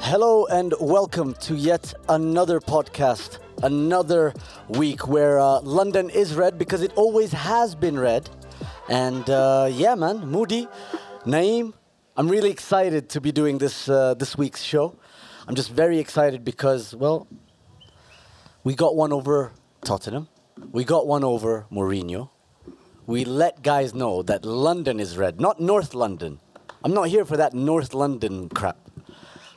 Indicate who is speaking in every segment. Speaker 1: Hello and welcome to yet another podcast, another week where uh, London is red because it always has been red. And uh, yeah, man, Moody, Naeem, I'm really excited to be doing this uh, this week's show. I'm just very excited because, well, we got one over Tottenham, we got one over Mourinho. We let guys know that London is red, not North London. I'm not here for that North London crap.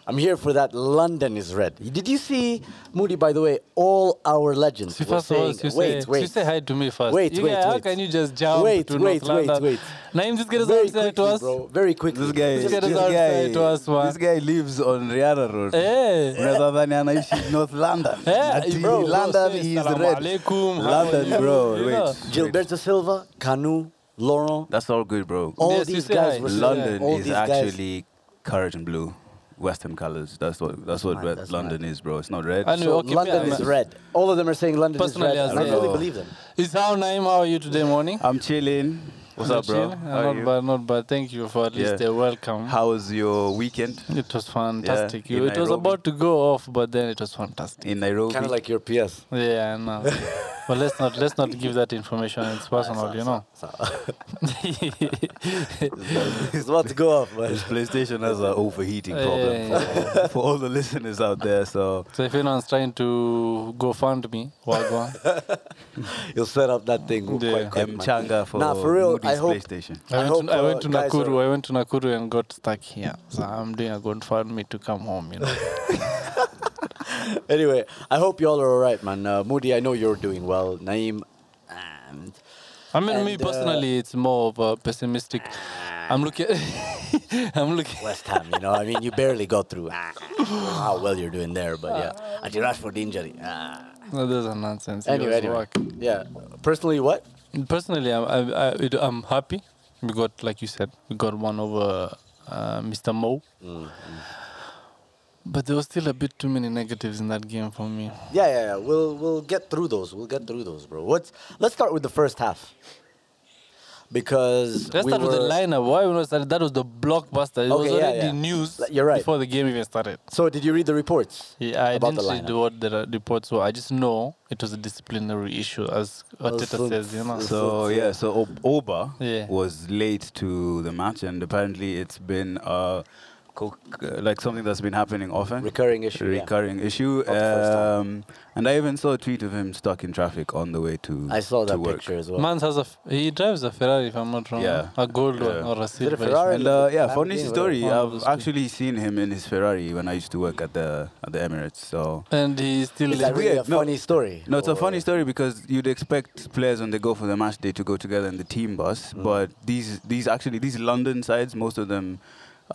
Speaker 1: I'm here for that. London is red. Did you see Moody? By the way, all our legends
Speaker 2: See,
Speaker 1: were
Speaker 2: first of all,
Speaker 1: saying,
Speaker 2: you say,
Speaker 1: "Wait,
Speaker 2: you
Speaker 1: wait,
Speaker 2: say hi to me first.
Speaker 1: Wait,
Speaker 2: you
Speaker 1: wait,
Speaker 2: guys, How
Speaker 1: wait.
Speaker 2: can you just jump
Speaker 1: Wait,
Speaker 2: to
Speaker 1: wait,
Speaker 2: North London?
Speaker 1: wait, wait.
Speaker 2: Naeem, this guy doesn't
Speaker 1: very
Speaker 2: answer
Speaker 1: quickly,
Speaker 2: to us.
Speaker 1: bro. Very quickly.
Speaker 3: This guy,
Speaker 2: This
Speaker 3: this
Speaker 2: guy
Speaker 3: guy,
Speaker 2: does
Speaker 3: this
Speaker 2: outside
Speaker 3: guy,
Speaker 2: to us, man.
Speaker 3: lives on Rihanna Road.
Speaker 2: Eh.
Speaker 3: Rather than anaishi North London.
Speaker 2: Eh, bro,
Speaker 3: Ati
Speaker 2: bro,
Speaker 3: London
Speaker 2: say
Speaker 3: is
Speaker 2: "Salaam
Speaker 3: red.
Speaker 2: alaikum, how
Speaker 3: London,
Speaker 2: are you?"
Speaker 3: bro.
Speaker 2: You
Speaker 3: Wait.
Speaker 2: know.
Speaker 3: wait.
Speaker 1: Gilberto Silva, Canu, Laurent,
Speaker 3: That's all good, bro.
Speaker 1: all
Speaker 2: Yes, you
Speaker 1: these
Speaker 2: say
Speaker 1: guys
Speaker 2: hi.
Speaker 1: were saying,
Speaker 3: London
Speaker 1: all
Speaker 3: is
Speaker 1: these guys-
Speaker 3: actually carrot and blue. Western colors. That's what that's what
Speaker 1: mad,
Speaker 3: red
Speaker 1: that's
Speaker 3: London is, bro. It's not red.
Speaker 2: And
Speaker 1: So
Speaker 2: Okay,
Speaker 1: London
Speaker 2: yeah,
Speaker 1: is
Speaker 2: man.
Speaker 1: red. All of them are saying London is
Speaker 2: Personally,
Speaker 1: red,
Speaker 2: I
Speaker 1: and I
Speaker 2: say- uh,
Speaker 1: really
Speaker 3: Oh.
Speaker 1: believe them.
Speaker 2: It's how Naeem, how are you today morning?
Speaker 3: I'm chilling. What's
Speaker 2: You
Speaker 3: up, bro?
Speaker 2: chill? Uh,
Speaker 3: How are
Speaker 2: Not
Speaker 3: you?
Speaker 2: bad, not bad. Thank you for at least
Speaker 3: Yeah.
Speaker 2: a welcome.
Speaker 3: How was your weekend
Speaker 2: It was fantastic.
Speaker 3: in
Speaker 2: You- it was
Speaker 3: Nairobi.
Speaker 2: about to go off, but then it was fantastic.
Speaker 3: in Nairobi?
Speaker 1: Kind of like your PS.
Speaker 2: Yeah, I know. but let's not let's not give that information. It's personal, you know.
Speaker 1: So- it's about to go off, man.
Speaker 3: This PlayStation has an overheating problem
Speaker 2: Yeah,
Speaker 3: for, for all the listeners out there. So
Speaker 2: So if anyone's trying to go fund me, well, go on.
Speaker 1: You'll set up that thing
Speaker 2: Yeah.
Speaker 1: quite quick, man.
Speaker 3: Mchanga for,
Speaker 1: Nah, for real,
Speaker 3: Moody's
Speaker 1: I hope-
Speaker 3: PlayStation.
Speaker 2: I
Speaker 1: I
Speaker 2: went,
Speaker 1: hope,
Speaker 2: to, I went to
Speaker 1: uh, guys
Speaker 2: Nakuru.
Speaker 1: are-
Speaker 2: I went to Nakuru and got stuck here. So I'm doing a GoFundMe to come home. You know.
Speaker 1: Anyway, I hope y'all are all right, man. Uh, Moody, I know you're doing well. Naeem, and
Speaker 2: I mean, me
Speaker 1: And, uh,
Speaker 2: personally, it's more of a pessimistic. I'm looking. I'm looking.
Speaker 1: West Ham. You know, I mean, you barely got through. Ah, I don't know how well you're doing there, but yeah, until Rashford injury. Ah.
Speaker 2: No, those are nonsense. It
Speaker 1: Anyway,
Speaker 2: was
Speaker 1: anyway,
Speaker 2: work.
Speaker 1: yeah. Personally, what?
Speaker 2: Personally, I'm, I, I, it- I'm happy. We got, like you said, we got one over uh, Mr. Mo. But there was still a bit too many negatives in that game for me.
Speaker 1: Yeah, yeah, yeah. We'll we'll get through those. We'll get through those, bro. What's? Let's start with the first half. Because
Speaker 2: Let's
Speaker 1: we
Speaker 2: start with the
Speaker 1: were-
Speaker 2: lineup. Why we not started? That was the blockbuster. It was
Speaker 1: Okay, yeah,
Speaker 2: already
Speaker 1: yeah.
Speaker 2: news
Speaker 1: Like, you're right.
Speaker 2: before the game even started.
Speaker 1: So, did you read the reports?
Speaker 2: Yeah, I
Speaker 1: about
Speaker 2: didn't
Speaker 1: the
Speaker 2: see
Speaker 1: lineup.
Speaker 2: the, what the re- reports were. I just know it was a disciplinary issue, as
Speaker 1: so-
Speaker 2: Arteta says, you know.
Speaker 3: So yeah, so Ob- Oba
Speaker 2: Yeah.
Speaker 3: was late to the match, and apparently it's been uh, co- uh, like something that's been happening often.
Speaker 1: Recurring issue, yeah.
Speaker 3: Recurring issue.
Speaker 1: the first time.
Speaker 3: Um, and I even saw a tweet of him stuck in traffic on the way to.
Speaker 1: I saw
Speaker 3: to
Speaker 1: that
Speaker 3: work.
Speaker 1: picture as well.
Speaker 2: Mans has a f- he drives a Ferrari, if I'm not wrong.
Speaker 3: Yeah.
Speaker 2: a gold
Speaker 3: Yeah.
Speaker 2: one or a silver.
Speaker 1: Ferrari?
Speaker 3: And uh, yeah,
Speaker 1: Lamborghini,
Speaker 3: funny
Speaker 1: whatever.
Speaker 3: story.
Speaker 2: Oh,
Speaker 3: I've
Speaker 2: that's cool.
Speaker 3: actually seen him in his Ferrari when I used to work at the at the Emirates. So
Speaker 2: And he's still
Speaker 1: Is that
Speaker 2: late.
Speaker 1: really a
Speaker 3: weird, no.
Speaker 1: funny story?
Speaker 3: No, it's
Speaker 1: or-
Speaker 3: a funny story because you'd expect players when they go for the match day to go together in the team bus,
Speaker 1: Mm.
Speaker 3: but these these actually these London sides, most of them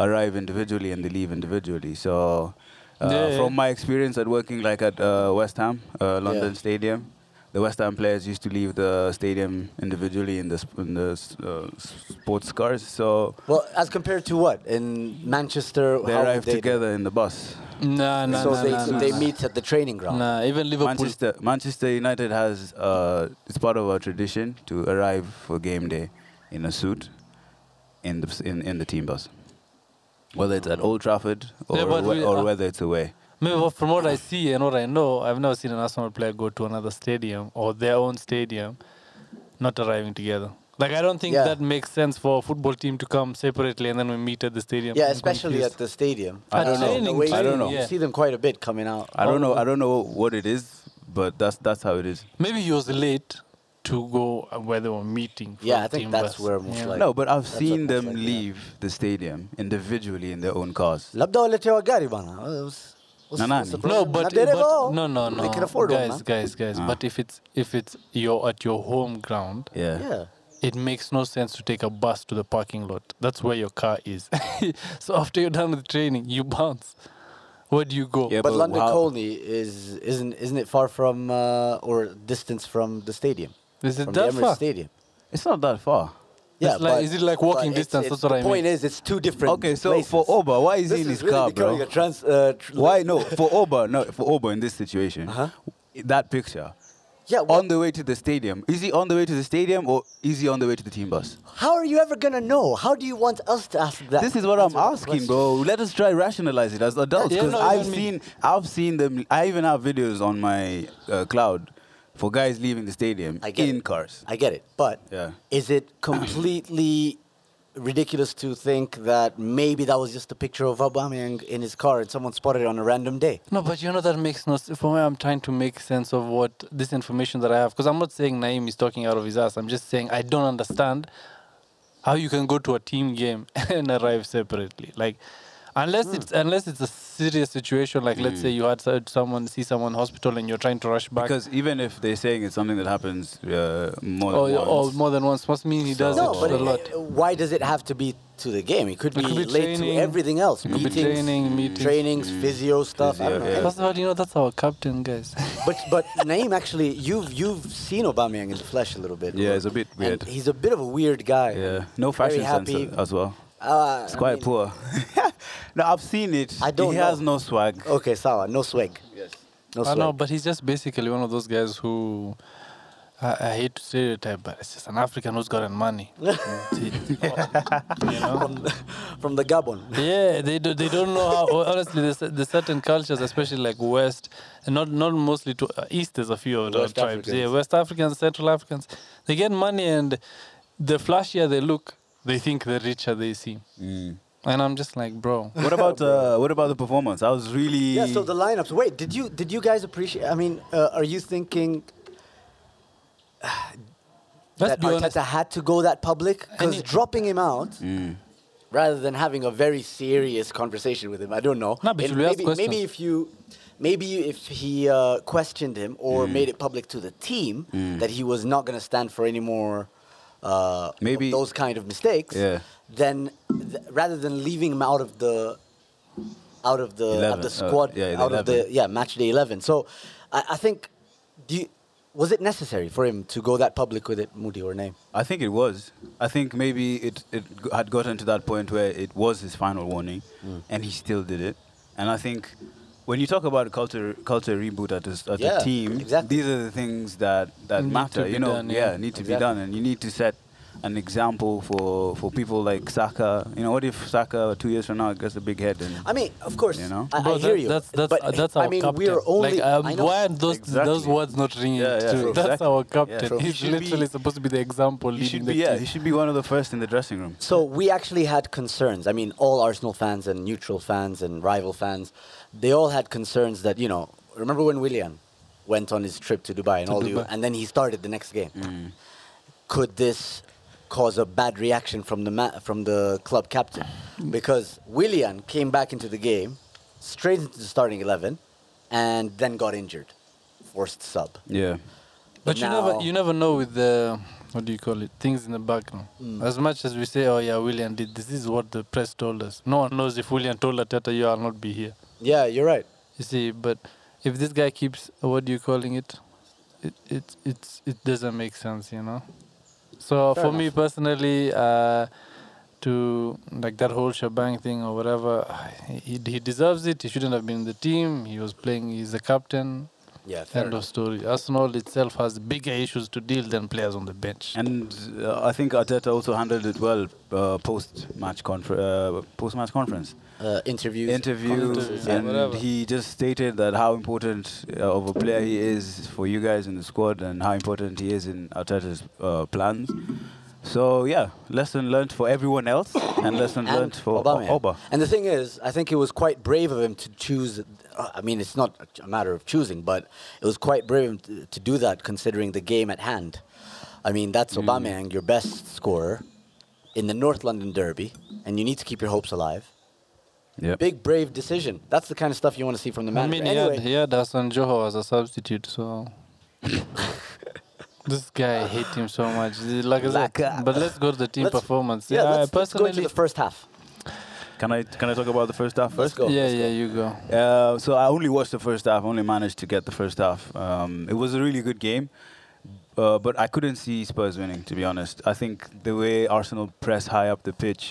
Speaker 3: arrive individually and they leave individually. So, uh,
Speaker 2: Yeah, yeah.
Speaker 3: from my experience at working like at uh, West Ham, uh, London
Speaker 1: Yeah.
Speaker 3: Stadium, the West Ham players used to leave the stadium individually in the sp- in the s- uh, s- sports cars. So
Speaker 1: Well, as compared to what in Manchester?
Speaker 3: they
Speaker 1: how would
Speaker 3: arrive
Speaker 1: they do?
Speaker 3: together in the bus.
Speaker 2: Nah, nah,
Speaker 1: so
Speaker 2: nah,
Speaker 1: they,
Speaker 2: nah, nah,
Speaker 1: they
Speaker 2: nah.
Speaker 1: meet at the training ground.
Speaker 2: Nah, even Liverpool.
Speaker 3: Manchester Manchester United has uh, it's part of our tradition to arrive for game day in a suit in the in, in the team bus, whether it's at Old Trafford or
Speaker 2: Yeah, but
Speaker 3: whe-
Speaker 2: we-
Speaker 3: or
Speaker 2: uh,
Speaker 3: whether it's away.
Speaker 2: Maybe what- from what I see and what I know, I've never seen an Arsenal player go to another stadium or their own stadium, not arriving together. Like I don't think
Speaker 1: Yeah.
Speaker 2: that makes sense for a football team to come separately and then we meet at the stadium.
Speaker 1: Yeah,
Speaker 2: I'm
Speaker 1: especially
Speaker 2: confused.
Speaker 1: at the stadium.
Speaker 3: I
Speaker 1: Uh,
Speaker 3: don't know.
Speaker 1: the way
Speaker 3: I don't know.
Speaker 1: You
Speaker 2: Yeah.
Speaker 1: see them quite a bit coming out.
Speaker 3: I don't know. I don't know what it is, but that's that's how it is.
Speaker 2: Maybe he was late to go uh, where they were meeting. for
Speaker 1: Yeah,
Speaker 2: the
Speaker 1: I think
Speaker 2: team
Speaker 1: that's
Speaker 2: bus.
Speaker 1: where most likely-
Speaker 3: no, but I've
Speaker 1: that's what
Speaker 3: seen
Speaker 1: most
Speaker 3: them
Speaker 1: likely
Speaker 3: leave the stadium individually in their own cars.
Speaker 1: Oh, Labda waletea wagari bana. Uh, was- was-
Speaker 3: Nanani.
Speaker 1: was the
Speaker 2: No,
Speaker 1: problem?
Speaker 2: but,
Speaker 1: Na
Speaker 2: but-
Speaker 1: dereva.
Speaker 2: no, no, no.
Speaker 1: They can afford
Speaker 2: guys,
Speaker 1: one. man.
Speaker 2: guys, guys. But if it's if it's you're at your home ground,
Speaker 3: Yeah.
Speaker 1: Yeah.
Speaker 2: it makes no sense to take a bus to the parking lot. That's where your car is. so after you're done with training, you bounce. Where do you go?
Speaker 3: Yeah,
Speaker 1: But
Speaker 3: but
Speaker 1: London
Speaker 3: how-
Speaker 1: Colney is isn't isn't it far from uh, or distance from the stadium?
Speaker 2: Is it
Speaker 1: from
Speaker 2: that
Speaker 1: the Emirates
Speaker 2: far?
Speaker 1: Stadium.
Speaker 3: It's not that far.
Speaker 1: Yeah,
Speaker 2: It's like-
Speaker 1: but-
Speaker 2: is it like
Speaker 1: but
Speaker 2: walking
Speaker 1: it's-
Speaker 2: distance?
Speaker 1: it's-
Speaker 2: That's what
Speaker 1: the
Speaker 2: I mean.
Speaker 1: point is, it's two different.
Speaker 3: Okay, so
Speaker 1: places.
Speaker 3: for Oba, why is
Speaker 1: This
Speaker 3: he in
Speaker 1: is
Speaker 3: his
Speaker 1: really
Speaker 3: car,
Speaker 1: becoming
Speaker 3: bro?
Speaker 1: A trans, uh, tr-
Speaker 3: Why no? For Oba, no. For Oba in this situation,
Speaker 1: Uh-huh.
Speaker 3: that picture,
Speaker 1: Yeah, well-
Speaker 3: on the way to the stadium. Is he on the way to the stadium or is he on the way to the team bus?
Speaker 1: How are you ever gonna know? How do you want us to ask that?
Speaker 3: This is what
Speaker 1: That's
Speaker 3: I'm asking, bro. Let us try rationalize it as adults,
Speaker 2: Yeah,
Speaker 3: because
Speaker 2: no,
Speaker 3: I've
Speaker 2: even me.
Speaker 3: seen, I've seen them. I even have videos on my uh, cloud for guys leaving the stadium
Speaker 1: I get
Speaker 3: in
Speaker 1: it.
Speaker 3: cars.
Speaker 1: I get it, but
Speaker 3: Yeah.
Speaker 1: is it completely ridiculous to think that maybe that was just a picture of Aubameyang in his car and someone spotted it on a random day?
Speaker 2: No, but you know that makes no sense. For me, I'm trying to make sense of what this information that I have. Because I'm not saying Naim is talking out of his ass. I'm just saying I don't understand how you can go to a team game and arrive separately. Like, unless
Speaker 3: Hmm.
Speaker 2: it's unless it's a serious situation. Like, let's say you had s- someone see someone in hospital and you're trying to rush back.
Speaker 3: Because even if they're saying it's something that happens uh, more
Speaker 1: Oh,
Speaker 2: or,
Speaker 3: than
Speaker 2: or
Speaker 3: once,
Speaker 2: more than once must mean he does
Speaker 3: So-
Speaker 1: No,
Speaker 2: it
Speaker 1: but
Speaker 2: a
Speaker 1: it-
Speaker 2: lot.
Speaker 1: why does it have to be to the game? It could
Speaker 2: It
Speaker 1: be,
Speaker 2: could be
Speaker 1: late
Speaker 2: training.
Speaker 1: to everything else.
Speaker 2: It could be
Speaker 1: meetings,
Speaker 2: training, meetings.
Speaker 1: trainings, physio stuff. I
Speaker 3: Mm. Physio,
Speaker 1: don't know.
Speaker 3: yeah.
Speaker 2: First of all, you know that's our captain, guys.
Speaker 1: But but Naeem, actually, you've you've seen Aubameyang in the flesh a little bit.
Speaker 3: Yeah,
Speaker 1: right?
Speaker 3: he's a bit
Speaker 1: And
Speaker 3: weird.
Speaker 1: he's a bit of a weird guy.
Speaker 3: yeah, no
Speaker 1: Very
Speaker 3: fashion sense
Speaker 1: happy.
Speaker 3: as well.
Speaker 1: Uh,
Speaker 3: It's
Speaker 1: I
Speaker 3: quite
Speaker 1: mean-
Speaker 3: poor. no, I've seen it.
Speaker 1: I don't
Speaker 3: He
Speaker 1: know. Oh.
Speaker 3: has no swag.
Speaker 1: Okay, sawa. No swag.
Speaker 3: Yes.
Speaker 1: No
Speaker 2: I
Speaker 1: swag.
Speaker 2: know, but he's just basically one of those guys who I, I hate to stereotype, but it's just an African who's gotten money. you know?
Speaker 1: From the Gabon.
Speaker 2: Yeah, they do, they don't know how. well, Honestly, there's, there's certain cultures, especially like West, and not not mostly to uh, East. There's a few of those
Speaker 1: West
Speaker 2: tribes. Yeah,
Speaker 1: Africans.
Speaker 2: West Africans, Central Africans, they get money, and the flashier they look, they think the richer they seem. And I'm just like, bro.
Speaker 3: Mm. What about uh, what about the performance? I was really
Speaker 1: Yeah, so the lineups. Wait, did you did you guys appreciate? I mean, uh, are you thinking
Speaker 2: Let's
Speaker 1: that
Speaker 2: be honest.
Speaker 1: Arteta had to go that public because
Speaker 2: he-
Speaker 1: dropping him out
Speaker 3: Mm.
Speaker 1: rather than having a very serious conversation with him? I don't know.
Speaker 2: No, but
Speaker 1: And
Speaker 2: you'll ask
Speaker 1: maybe, maybe
Speaker 2: questions.
Speaker 1: if you maybe if he uh, questioned him or
Speaker 3: Mm.
Speaker 1: made it public to the team that he was not going to stand for any more. Uh, of
Speaker 3: Maybe-
Speaker 1: those kind of mistakes.
Speaker 3: Yeah.
Speaker 1: Then, th- rather than leaving him out of the out of the out
Speaker 3: 11,
Speaker 1: of the
Speaker 3: uh,
Speaker 1: squad,
Speaker 3: yeah, the
Speaker 1: out of the
Speaker 3: 11.
Speaker 1: yeah match day eleven. So, I, I think, do you, was it necessary for him to go that public with it, Moody or name?
Speaker 3: I think it was. I think maybe it, it g- had gotten to that point where it was his final warning, and he still did it. And I think when you talk about culture culture reboot at a, s- at
Speaker 1: Yeah,
Speaker 3: a team,
Speaker 1: exactly.
Speaker 3: these are the things that, that
Speaker 2: Need to
Speaker 3: matter.
Speaker 2: be
Speaker 3: You know,
Speaker 2: done,
Speaker 3: yeah,
Speaker 2: yeah.
Speaker 3: need to be
Speaker 1: Exactly.
Speaker 3: done, and you need to set an example for, for people like Saka. You know, what if Saka two years from now gets a big head? And
Speaker 1: I mean, of course,
Speaker 3: You know?
Speaker 1: I, I
Speaker 2: Bro,
Speaker 1: hear
Speaker 2: that-
Speaker 1: you.
Speaker 2: That's that's
Speaker 1: but
Speaker 2: uh, that's our
Speaker 1: I mean,
Speaker 2: captain.
Speaker 1: we're only.
Speaker 2: like, um,
Speaker 1: I know.
Speaker 2: why are those those
Speaker 3: Exactly.
Speaker 2: words not ringing
Speaker 3: Yeah, yeah,
Speaker 2: true?
Speaker 3: true.
Speaker 2: That's
Speaker 3: Exactly.
Speaker 2: our
Speaker 3: Yeah,
Speaker 2: captain.
Speaker 3: true. He
Speaker 2: He's
Speaker 3: should be-
Speaker 2: literally supposed to be the example
Speaker 3: he
Speaker 2: leading
Speaker 3: should
Speaker 2: the
Speaker 3: be yeah,
Speaker 2: team.
Speaker 3: he should be one of the first in the dressing room.
Speaker 1: So we actually had concerns. I mean, all Arsenal fans and neutral fans and rival fans, they all had concerns that you know. Remember when Willian went on his trip to Dubai and
Speaker 2: To
Speaker 1: all you,
Speaker 2: Dubai.
Speaker 1: and then he started the next game.
Speaker 3: Mm.
Speaker 1: Could this cause a bad reaction from the ma- from the club captain? Because Willian came back into the game, straight into the starting eleven, and then got injured, forced sub.
Speaker 3: Yeah.
Speaker 2: But you
Speaker 1: Now-
Speaker 2: never you never know with the what do you call it things in the background.
Speaker 1: Mm.
Speaker 2: As much as we say, oh yeah, William did this is what the press told us. No one knows if William told Ateta you I'll not be here.
Speaker 1: Yeah, you're right.
Speaker 2: You see, but if this guy keeps what do you calling it, it it it's it doesn't make sense, you know. So
Speaker 1: Fair
Speaker 2: for
Speaker 1: enough.
Speaker 2: me personally, uh, to like that whole shebang thing or whatever, he he deserves it. He shouldn't have been in the team. He was playing. He's the captain.
Speaker 1: Yeah, fair
Speaker 2: End of story. Arsenal itself has bigger issues to deal than players on the bench.
Speaker 3: And uh, I think Arteta also handled it well uh, post match confer- uh, post match conference.
Speaker 1: uh, interviews.
Speaker 3: interview,
Speaker 2: Interviews, yeah,
Speaker 3: and
Speaker 2: whatever.
Speaker 3: he just stated that how important uh, of a player he is for you guys in the squad and how important he is in Arteta's uh, plans. So yeah, lesson learnt for everyone else and lesson learnt for
Speaker 1: Aubameyang.
Speaker 3: Oba.
Speaker 1: And the thing is, I think it was quite brave of him to choose. uh, I mean, it's not a matter of choosing, but it was quite brave of him to, to do that considering the game at hand. I mean, that's Aubameyang, your best scorer in the North London Derby, and you need to keep your hopes alive.
Speaker 3: Yep.
Speaker 1: Big brave decision. That's the kind of stuff you want to see from the
Speaker 2: I
Speaker 1: manager.
Speaker 2: mean, he
Speaker 1: anyway,
Speaker 2: had, he had Hassan Joho as a substitute, so. this guy, I hate him so much. He- Like I said,
Speaker 1: Laka.
Speaker 2: but let's go to the team
Speaker 1: let's-
Speaker 2: performance.
Speaker 1: Yeah,
Speaker 2: I
Speaker 1: let's, let's go into
Speaker 2: personally.
Speaker 1: the first half.
Speaker 3: Can I can I talk about the first half?
Speaker 1: Let's
Speaker 3: first?
Speaker 1: go.
Speaker 2: yeah,
Speaker 1: Let's go.
Speaker 2: yeah, you go.
Speaker 3: Uh, so I only watched the first half. Only managed to get the first half. Um, it was a really good game, uh, but I couldn't see Spurs winning. To be honest, I think the way Arsenal press high up the pitch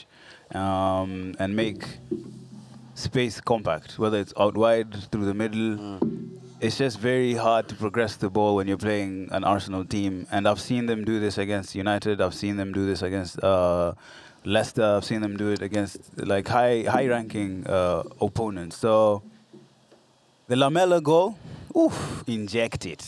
Speaker 3: um, and make space compact, whether it's out wide through the middle, it's just very hard to progress the ball when you're playing an Arsenal team. And I've seen them do this against United. I've seen them do this against uh, Leicester. I've seen them do it against like high high ranking uh, opponents. So the Lamella goal, oof, inject it,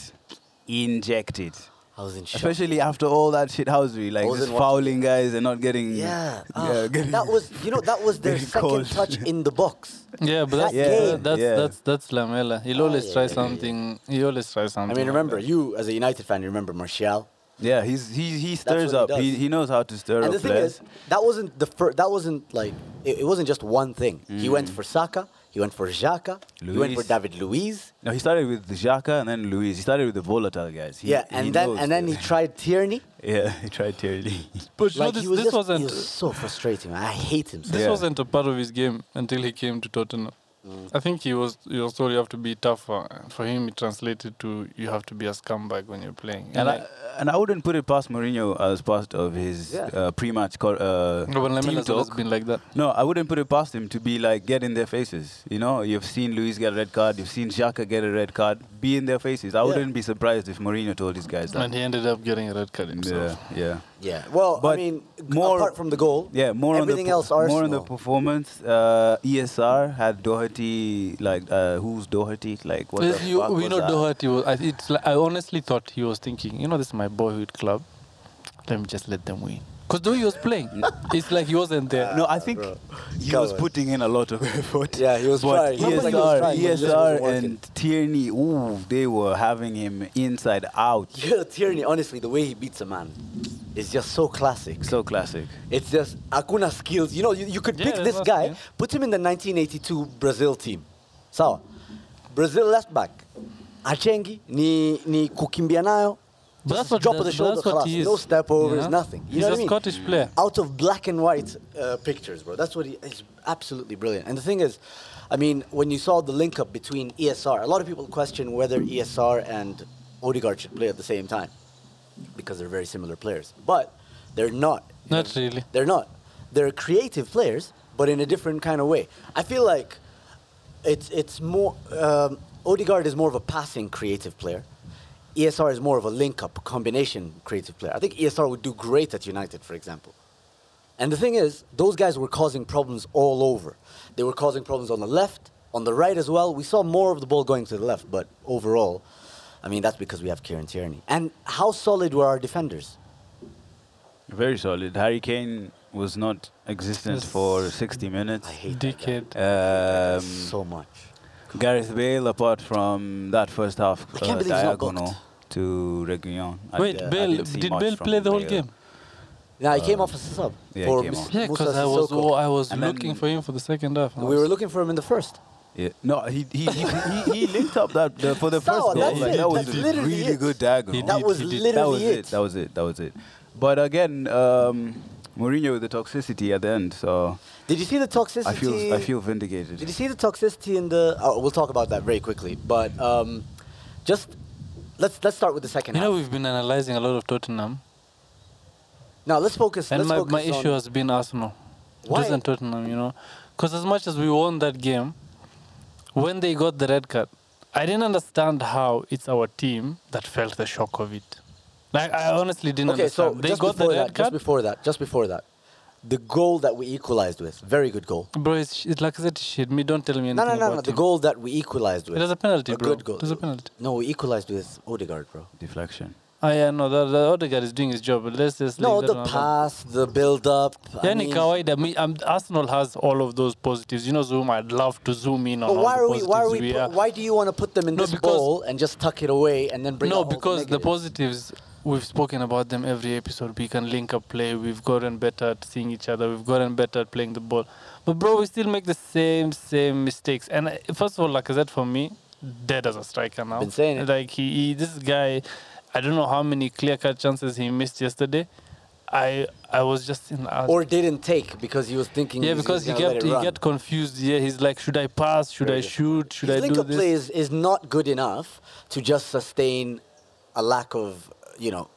Speaker 3: inject it.
Speaker 1: I was in shock.
Speaker 3: Especially after all that shithousery, like
Speaker 1: Wasn't
Speaker 3: just
Speaker 1: watching.
Speaker 3: fouling guys and not getting
Speaker 1: yeah, ah,
Speaker 3: yeah, getting-
Speaker 1: that was you know that was their
Speaker 3: Very
Speaker 1: second
Speaker 3: cold.
Speaker 1: touch in the box.
Speaker 2: Yeah, but that's
Speaker 1: Yeah,
Speaker 2: that's-
Speaker 1: yeah,
Speaker 2: that's,
Speaker 3: yeah.
Speaker 2: that's that's Lamela. He'll
Speaker 1: Oh,
Speaker 2: always
Speaker 1: yeah,
Speaker 2: try
Speaker 1: yeah, yeah, yeah.
Speaker 2: something. He always tries
Speaker 1: I
Speaker 2: something.
Speaker 1: mean,
Speaker 2: like
Speaker 1: remember
Speaker 2: that.
Speaker 1: you as a United fan, you remember Martial.
Speaker 3: yeah. He's he he
Speaker 1: what
Speaker 3: stirs
Speaker 1: he
Speaker 3: up.
Speaker 1: does.
Speaker 3: He, he knows how to stir
Speaker 1: And
Speaker 3: up
Speaker 1: the thing
Speaker 3: players.
Speaker 1: is, that wasn't the first. That wasn't like it, it wasn't just one thing. He went for Saka. He went for Xhaka. He went for
Speaker 3: Luis.
Speaker 1: David Luiz.
Speaker 3: No, he started with Xhaka and then Luis. He started with the volatile guys. He,
Speaker 1: yeah,
Speaker 3: he
Speaker 1: and then
Speaker 3: knows
Speaker 1: and then he
Speaker 3: this.
Speaker 1: tried Tierney.
Speaker 3: Yeah, he tried Tierney.
Speaker 2: But you know,
Speaker 1: Like
Speaker 2: this,
Speaker 1: he was
Speaker 2: this
Speaker 1: just,
Speaker 2: wasn't
Speaker 1: he was so frustrating. Man. I hate him. So
Speaker 2: this
Speaker 3: Yeah. Mm.
Speaker 2: wasn't a part of his game until he came to Tottenham. I think he was he was told you have to be tougher. For him, it translated to you have to be a scumbag when you're playing.
Speaker 3: and
Speaker 2: like,
Speaker 3: I and I wouldn't put it past Mourinho as part of his
Speaker 1: Yeah.
Speaker 3: uh, pre-match co- uh,
Speaker 2: Ruben Lamela
Speaker 3: team
Speaker 2: has always
Speaker 3: talk.
Speaker 2: been like that.
Speaker 3: No, I wouldn't put it past him to be like get in their faces. You know, you've seen Luis get a red card, you've seen Xhaka get a red card. Be in their faces. I
Speaker 1: Yeah.
Speaker 3: wouldn't be surprised if Mourinho told his guys that.
Speaker 2: And he ended up getting a red card himself.
Speaker 3: Yeah, yeah.
Speaker 1: Yeah. Well, I
Speaker 3: But
Speaker 1: mean, g-
Speaker 3: more-
Speaker 1: apart from the goal,
Speaker 3: Yeah, more
Speaker 1: everything
Speaker 3: on the
Speaker 1: else.
Speaker 3: per-
Speaker 1: Arsenal.
Speaker 3: more on the performance. Uh, ESR had Doherty like uh, who's Doherty like what
Speaker 2: Yes,
Speaker 3: the
Speaker 2: you,
Speaker 3: fuck
Speaker 2: we
Speaker 3: was
Speaker 2: know
Speaker 3: that?
Speaker 2: Doherty. Was, I, it's like, I honestly thought he was thinking, you know, this is my boyhood club. Let me just let them win. Because the way he was playing, it's like he wasn't there.
Speaker 3: Uh, No, I think
Speaker 1: bro.
Speaker 3: he
Speaker 1: Come
Speaker 3: was
Speaker 1: on.
Speaker 3: putting in a lot of effort.
Speaker 1: Yeah, he was
Speaker 3: but E
Speaker 1: trying. He was
Speaker 3: ESR,
Speaker 1: like he was trying, but it just wasn't
Speaker 3: ESR
Speaker 1: working.
Speaker 3: E and Tierney, ooh, they were having him inside out.
Speaker 1: Yeah, Tierney. Honestly, the way he beats a man is just so classic.
Speaker 3: So classic.
Speaker 1: It's just Akuna skills. You know, you, you could
Speaker 2: Yeah,
Speaker 1: pick
Speaker 2: that's
Speaker 1: this
Speaker 2: what-
Speaker 1: guy,
Speaker 2: yeah.
Speaker 1: put him in the 1982 Brazil team. Sawa. Brazil left back. Achengi ni ni kukimbia nayo.
Speaker 2: But
Speaker 1: Just
Speaker 2: that's what
Speaker 1: drop
Speaker 2: the-
Speaker 1: of the
Speaker 2: that's
Speaker 1: shoulder,
Speaker 2: what
Speaker 1: class.
Speaker 2: he is.
Speaker 1: no step over,
Speaker 2: Yeah.
Speaker 1: nothing. You
Speaker 2: He's
Speaker 1: know
Speaker 2: a
Speaker 1: what I mean?
Speaker 2: Scottish player.
Speaker 1: Out of black and white uh, pictures, bro. That's what he is. Absolutely brilliant. And the thing is, I mean, when you saw the link up between ESR, a lot of people question whether ESR and Odegaard should play at the same time because they're very similar players, but they're not.
Speaker 2: Not really.
Speaker 1: They're not. They're creative players, but in a different kind of way. I feel like it's it's more. Um, Odegaard is more of a passing creative player. ESR is more of a link-up combination creative player. I think ESR would do great at United, for example. And the thing is, those guys were causing problems all over. They were causing problems on the left, on the right as well. We saw more of the ball going to the left, but overall, I mean, that's because we have Kieran Tierney. And how solid were our defenders?
Speaker 3: Very solid. Harry Kane was not existent
Speaker 2: Yes.
Speaker 3: for 60 minutes.
Speaker 1: I hate that guy.
Speaker 2: Dickhead.
Speaker 3: Um,
Speaker 1: so much.
Speaker 3: Gareth Bale, apart from that first half
Speaker 1: I can't
Speaker 3: uh,
Speaker 1: believe he's not
Speaker 3: diagonal to Reguilon. I
Speaker 2: Wait,
Speaker 3: d- I
Speaker 2: Bale,
Speaker 3: didn't see
Speaker 2: did
Speaker 3: much
Speaker 2: Bale
Speaker 3: from
Speaker 2: play the whole
Speaker 3: Bale.
Speaker 2: game?
Speaker 1: Now he came off as a sub
Speaker 3: uh, yeah, he
Speaker 1: for
Speaker 3: came
Speaker 1: Mus-
Speaker 3: off.
Speaker 2: Yeah,
Speaker 1: Musa
Speaker 2: because I was
Speaker 1: Sissoko.
Speaker 2: oh, I was
Speaker 3: And
Speaker 2: looking
Speaker 3: then-
Speaker 2: for him for the second half. I
Speaker 1: we
Speaker 2: was-
Speaker 1: were looking for him in the first.
Speaker 3: Yeah. No, he he, he, he he linked up that the, for the
Speaker 1: So,
Speaker 3: first goal.
Speaker 1: that's
Speaker 3: like,
Speaker 2: it.
Speaker 3: That was
Speaker 1: That's
Speaker 3: a
Speaker 1: literally
Speaker 3: really
Speaker 1: it.
Speaker 3: good diagonal.
Speaker 2: He
Speaker 1: That
Speaker 2: did,
Speaker 1: was
Speaker 2: he did.
Speaker 1: literally
Speaker 3: that was
Speaker 1: it.
Speaker 3: it. That was it. That was it. But again, um, Mourinho with the toxicity at the end. So
Speaker 1: Did you see the toxicity?
Speaker 3: I feel I feel vindicated.
Speaker 1: Did you see the toxicity in the? Oh, we'll talk about that very quickly. But um, just let's let's start with the second
Speaker 2: you know,
Speaker 1: half.
Speaker 2: we've been analyzing a lot of Tottenham,
Speaker 1: now let's focus.
Speaker 2: and
Speaker 1: let's
Speaker 2: my,
Speaker 1: focus
Speaker 2: my issue
Speaker 1: on-
Speaker 2: has been Arsenal. It
Speaker 1: Why?
Speaker 2: wasn't Tottenham, you know, because as much as we won that game, when they got the red card, I didn't understand how it's our team that felt the shock of it. Like I honestly didn't
Speaker 1: okay, so
Speaker 2: understand. they
Speaker 1: just
Speaker 2: got the
Speaker 1: before
Speaker 2: red
Speaker 1: that, just
Speaker 2: card.
Speaker 1: before that, just before that, the goal that we equalized with, very good goal.
Speaker 2: Bro, it's, it's like I said, shit. Me, don't tell me anything.
Speaker 1: No, no, no,
Speaker 2: about
Speaker 1: no. The
Speaker 2: him.
Speaker 1: goal that we equalized with.
Speaker 2: It was a penalty,
Speaker 1: a
Speaker 2: bro.
Speaker 1: good goal.
Speaker 2: It was a penalty.
Speaker 1: No, we equalized with Odegaard, bro.
Speaker 3: deflection?
Speaker 2: Oh yeah, no, the, the Odegaard is doing his job. But let's just
Speaker 1: No,
Speaker 2: leave that
Speaker 1: the
Speaker 2: one alone.
Speaker 1: pass, the build up.
Speaker 2: Yeah, ni kawaida. Me, um, Arsenal has all of those positives. You know, Zoom. I'd love to zoom in on
Speaker 1: But
Speaker 2: all
Speaker 1: why
Speaker 2: the
Speaker 1: are we?
Speaker 2: positives
Speaker 1: Why are we?
Speaker 2: we
Speaker 1: put-
Speaker 2: are.
Speaker 1: why do you want to put them in
Speaker 2: No,
Speaker 1: this
Speaker 2: because-
Speaker 1: bowl and just tuck it away and then bring?
Speaker 2: no,
Speaker 1: out all
Speaker 2: because
Speaker 1: the,
Speaker 2: the
Speaker 1: negatives?
Speaker 2: positives we've spoken about them every episode. We can link up play. We've gotten better at seeing each other. We've gotten better at playing the ball. But bro, we still make the same same mistakes. And I- first of all, like I said, for me, dead as a striker now.
Speaker 1: Been saying it.
Speaker 2: Like he, he this guy, I don't know how many clear cut chances he missed yesterday. I I was just in. I was
Speaker 1: or didn't take because he was thinking.
Speaker 2: Yeah,
Speaker 1: he's-
Speaker 2: because he
Speaker 1: he's gonna let
Speaker 2: kept
Speaker 1: it
Speaker 2: he
Speaker 1: run.
Speaker 2: got confused. Yeah, he's like, should I pass? Should I
Speaker 1: Very
Speaker 2: shoot? Should
Speaker 1: His
Speaker 2: I
Speaker 1: link
Speaker 2: do
Speaker 1: up play
Speaker 2: this?
Speaker 1: is, is not good enough to just sustain a lack of you know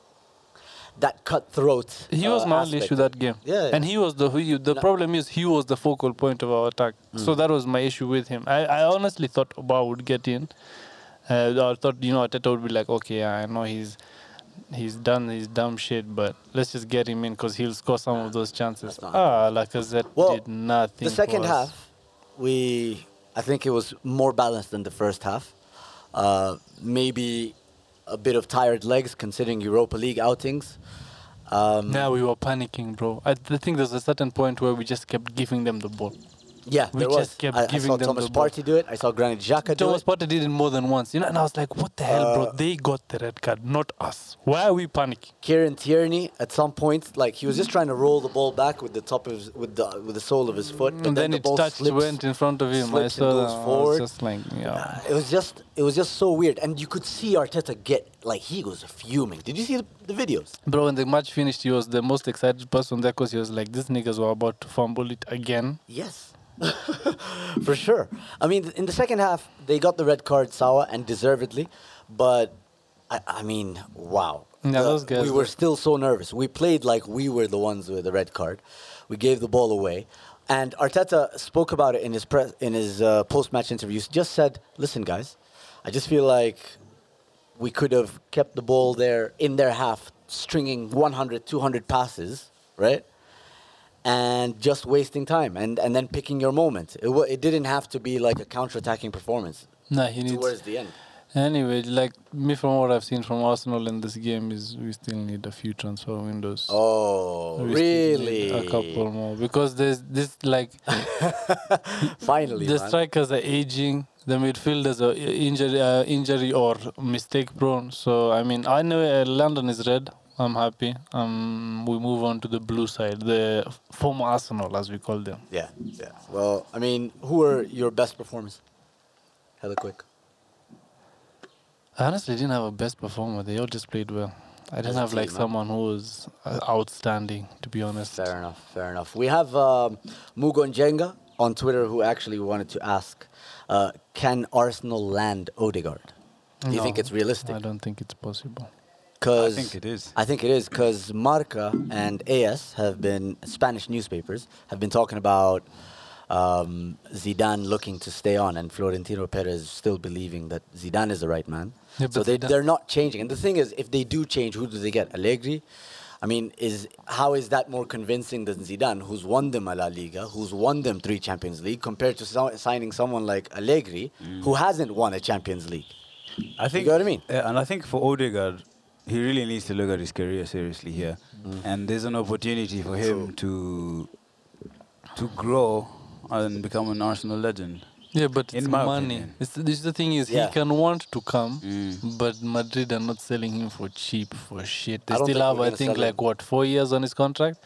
Speaker 1: that cutthroat.
Speaker 2: He
Speaker 1: uh,
Speaker 2: was my only
Speaker 1: aspect.
Speaker 2: issue that game.
Speaker 1: Yeah, yeah.
Speaker 2: and he was the who you, the
Speaker 1: No.
Speaker 2: problem is he was the
Speaker 1: Mm.
Speaker 2: focal point of our attack. So that was my issue with him. I, I honestly thought Oba would get in, Uh, I thought you know Arteta would be like, okay, I know he's he's done his dumb shit, but let's just get him in because he'll score some of those chances.
Speaker 1: That's not
Speaker 2: Ah, Lacazette
Speaker 1: Well,
Speaker 2: did nothing.
Speaker 1: The second
Speaker 2: for us.
Speaker 1: half, we I think it was more balanced than the first half. Uh, maybe a bit of tired legs considering Europa League outings. Um,
Speaker 2: Now we were panicking, bro. I th- think there's a certain point where we just kept giving them the ball.
Speaker 1: Yeah,
Speaker 2: We
Speaker 1: there
Speaker 2: just
Speaker 1: was.
Speaker 2: kept
Speaker 1: I, I
Speaker 2: giving
Speaker 1: saw
Speaker 2: them
Speaker 1: Thomas
Speaker 2: the ball.
Speaker 1: Partey do it. I saw Granit Xhaka do
Speaker 2: Thomas
Speaker 1: it.
Speaker 2: Potter did it more than once, you know, and I was like, what the hell, bro?
Speaker 1: Uh,
Speaker 2: They got the red card, not us. Why are we panicking?
Speaker 1: Kieran Tierney at some point, like he was just trying to roll the ball back with the top of his, with the with the sole of his foot, but
Speaker 2: and
Speaker 1: Mm, then,
Speaker 2: then,
Speaker 1: the
Speaker 2: it
Speaker 1: ball
Speaker 2: touched,
Speaker 1: slips.
Speaker 2: went in front of him. I
Speaker 1: slips and
Speaker 2: saw
Speaker 1: goes
Speaker 2: that. I
Speaker 1: forward.
Speaker 2: was just like, yeah.
Speaker 1: It was just it was just so weird, and you could see Arteta get like he was fuming. Did you see the, the videos?
Speaker 2: Bro, when the match finished, he was the most excited person there because he was like, these niggas were about to fumble it again.
Speaker 1: Yes. For sure. I mean, in the second half, they got the red card, Sawa, and deservedly. But, I, I mean, wow.
Speaker 2: Yeah,
Speaker 1: The-
Speaker 2: those guys
Speaker 1: we were
Speaker 2: were-
Speaker 1: still so nervous. We played like we were the ones with the red card. We gave the ball away. And Arteta spoke about it in his, press, in his uh, post-match interviews. Just said, listen, guys, I just feel like we could have kept the ball there in their half, stringing 100, 200 passes, right? and just wasting time and, and then picking your moment. It, w- it didn't have to be like a counterattacking performance
Speaker 2: Nah, he needs.
Speaker 1: towards the end.
Speaker 2: Anyway, like me from what I've seen from Arsenal in this game is we still need a few transfer windows.
Speaker 1: Oh,
Speaker 2: We still need
Speaker 1: really?
Speaker 2: A couple more because there's this like
Speaker 1: Finally,
Speaker 2: the
Speaker 1: man.
Speaker 2: strikers are aging. The midfielders are i- injury, uh, injury or mistake prone. So I mean, I know uh, London is red. I'm happy. Um, we move on to the blue side, the f- former Arsenal, as we call them.
Speaker 1: yeah, yeah. Well, I mean, who are your best performers? Hella quick.
Speaker 2: I honestly didn't have a best performer. They all just played well. I
Speaker 1: As
Speaker 2: didn't
Speaker 1: a
Speaker 2: have like
Speaker 1: team, huh?
Speaker 2: someone who was uh, outstanding, to be honest.
Speaker 1: Fair enough. Fair enough. We have um, Mugon Jenga on Twitter who actually wanted to ask, uh, can Arsenal land Odegaard? Do you
Speaker 2: No,
Speaker 1: think it's realistic?
Speaker 2: I don't think it's possible.
Speaker 1: Cause
Speaker 3: I think it is.
Speaker 1: I think it is because Marca and AS have been Spanish newspapers have been talking about um, Zidane looking to stay on and Florentino Perez still believing that Zidane is the right man.
Speaker 2: Yeah,
Speaker 1: so
Speaker 2: but
Speaker 1: they
Speaker 2: Zidane-
Speaker 1: they're not changing. And the thing is, if they do change, who do they get? Allegri. I mean, is how is that more convincing than Zidane, who's won them a La Liga, who's won them three Champions League, compared to so- signing someone like Allegri,
Speaker 3: Mm.
Speaker 1: who hasn't won a Champions League?
Speaker 3: I think.
Speaker 1: get what I mean?
Speaker 3: Yeah, and I think for Odegaard, he really needs to look at his career seriously here,
Speaker 1: Mm.
Speaker 3: and there's an opportunity for him to to grow and become an Arsenal legend.
Speaker 2: Yeah, but
Speaker 3: In
Speaker 2: it's
Speaker 3: my
Speaker 2: money.
Speaker 3: opinion.
Speaker 2: It's, this the thing is,
Speaker 1: Yeah.
Speaker 2: he can want to come,
Speaker 3: Mm.
Speaker 2: but Madrid are not selling him for cheap for shit. They
Speaker 1: I don't
Speaker 2: still
Speaker 1: think
Speaker 2: have,
Speaker 1: we're
Speaker 2: I
Speaker 1: gonna
Speaker 2: think,
Speaker 1: sell him.
Speaker 2: like what four years on his contract,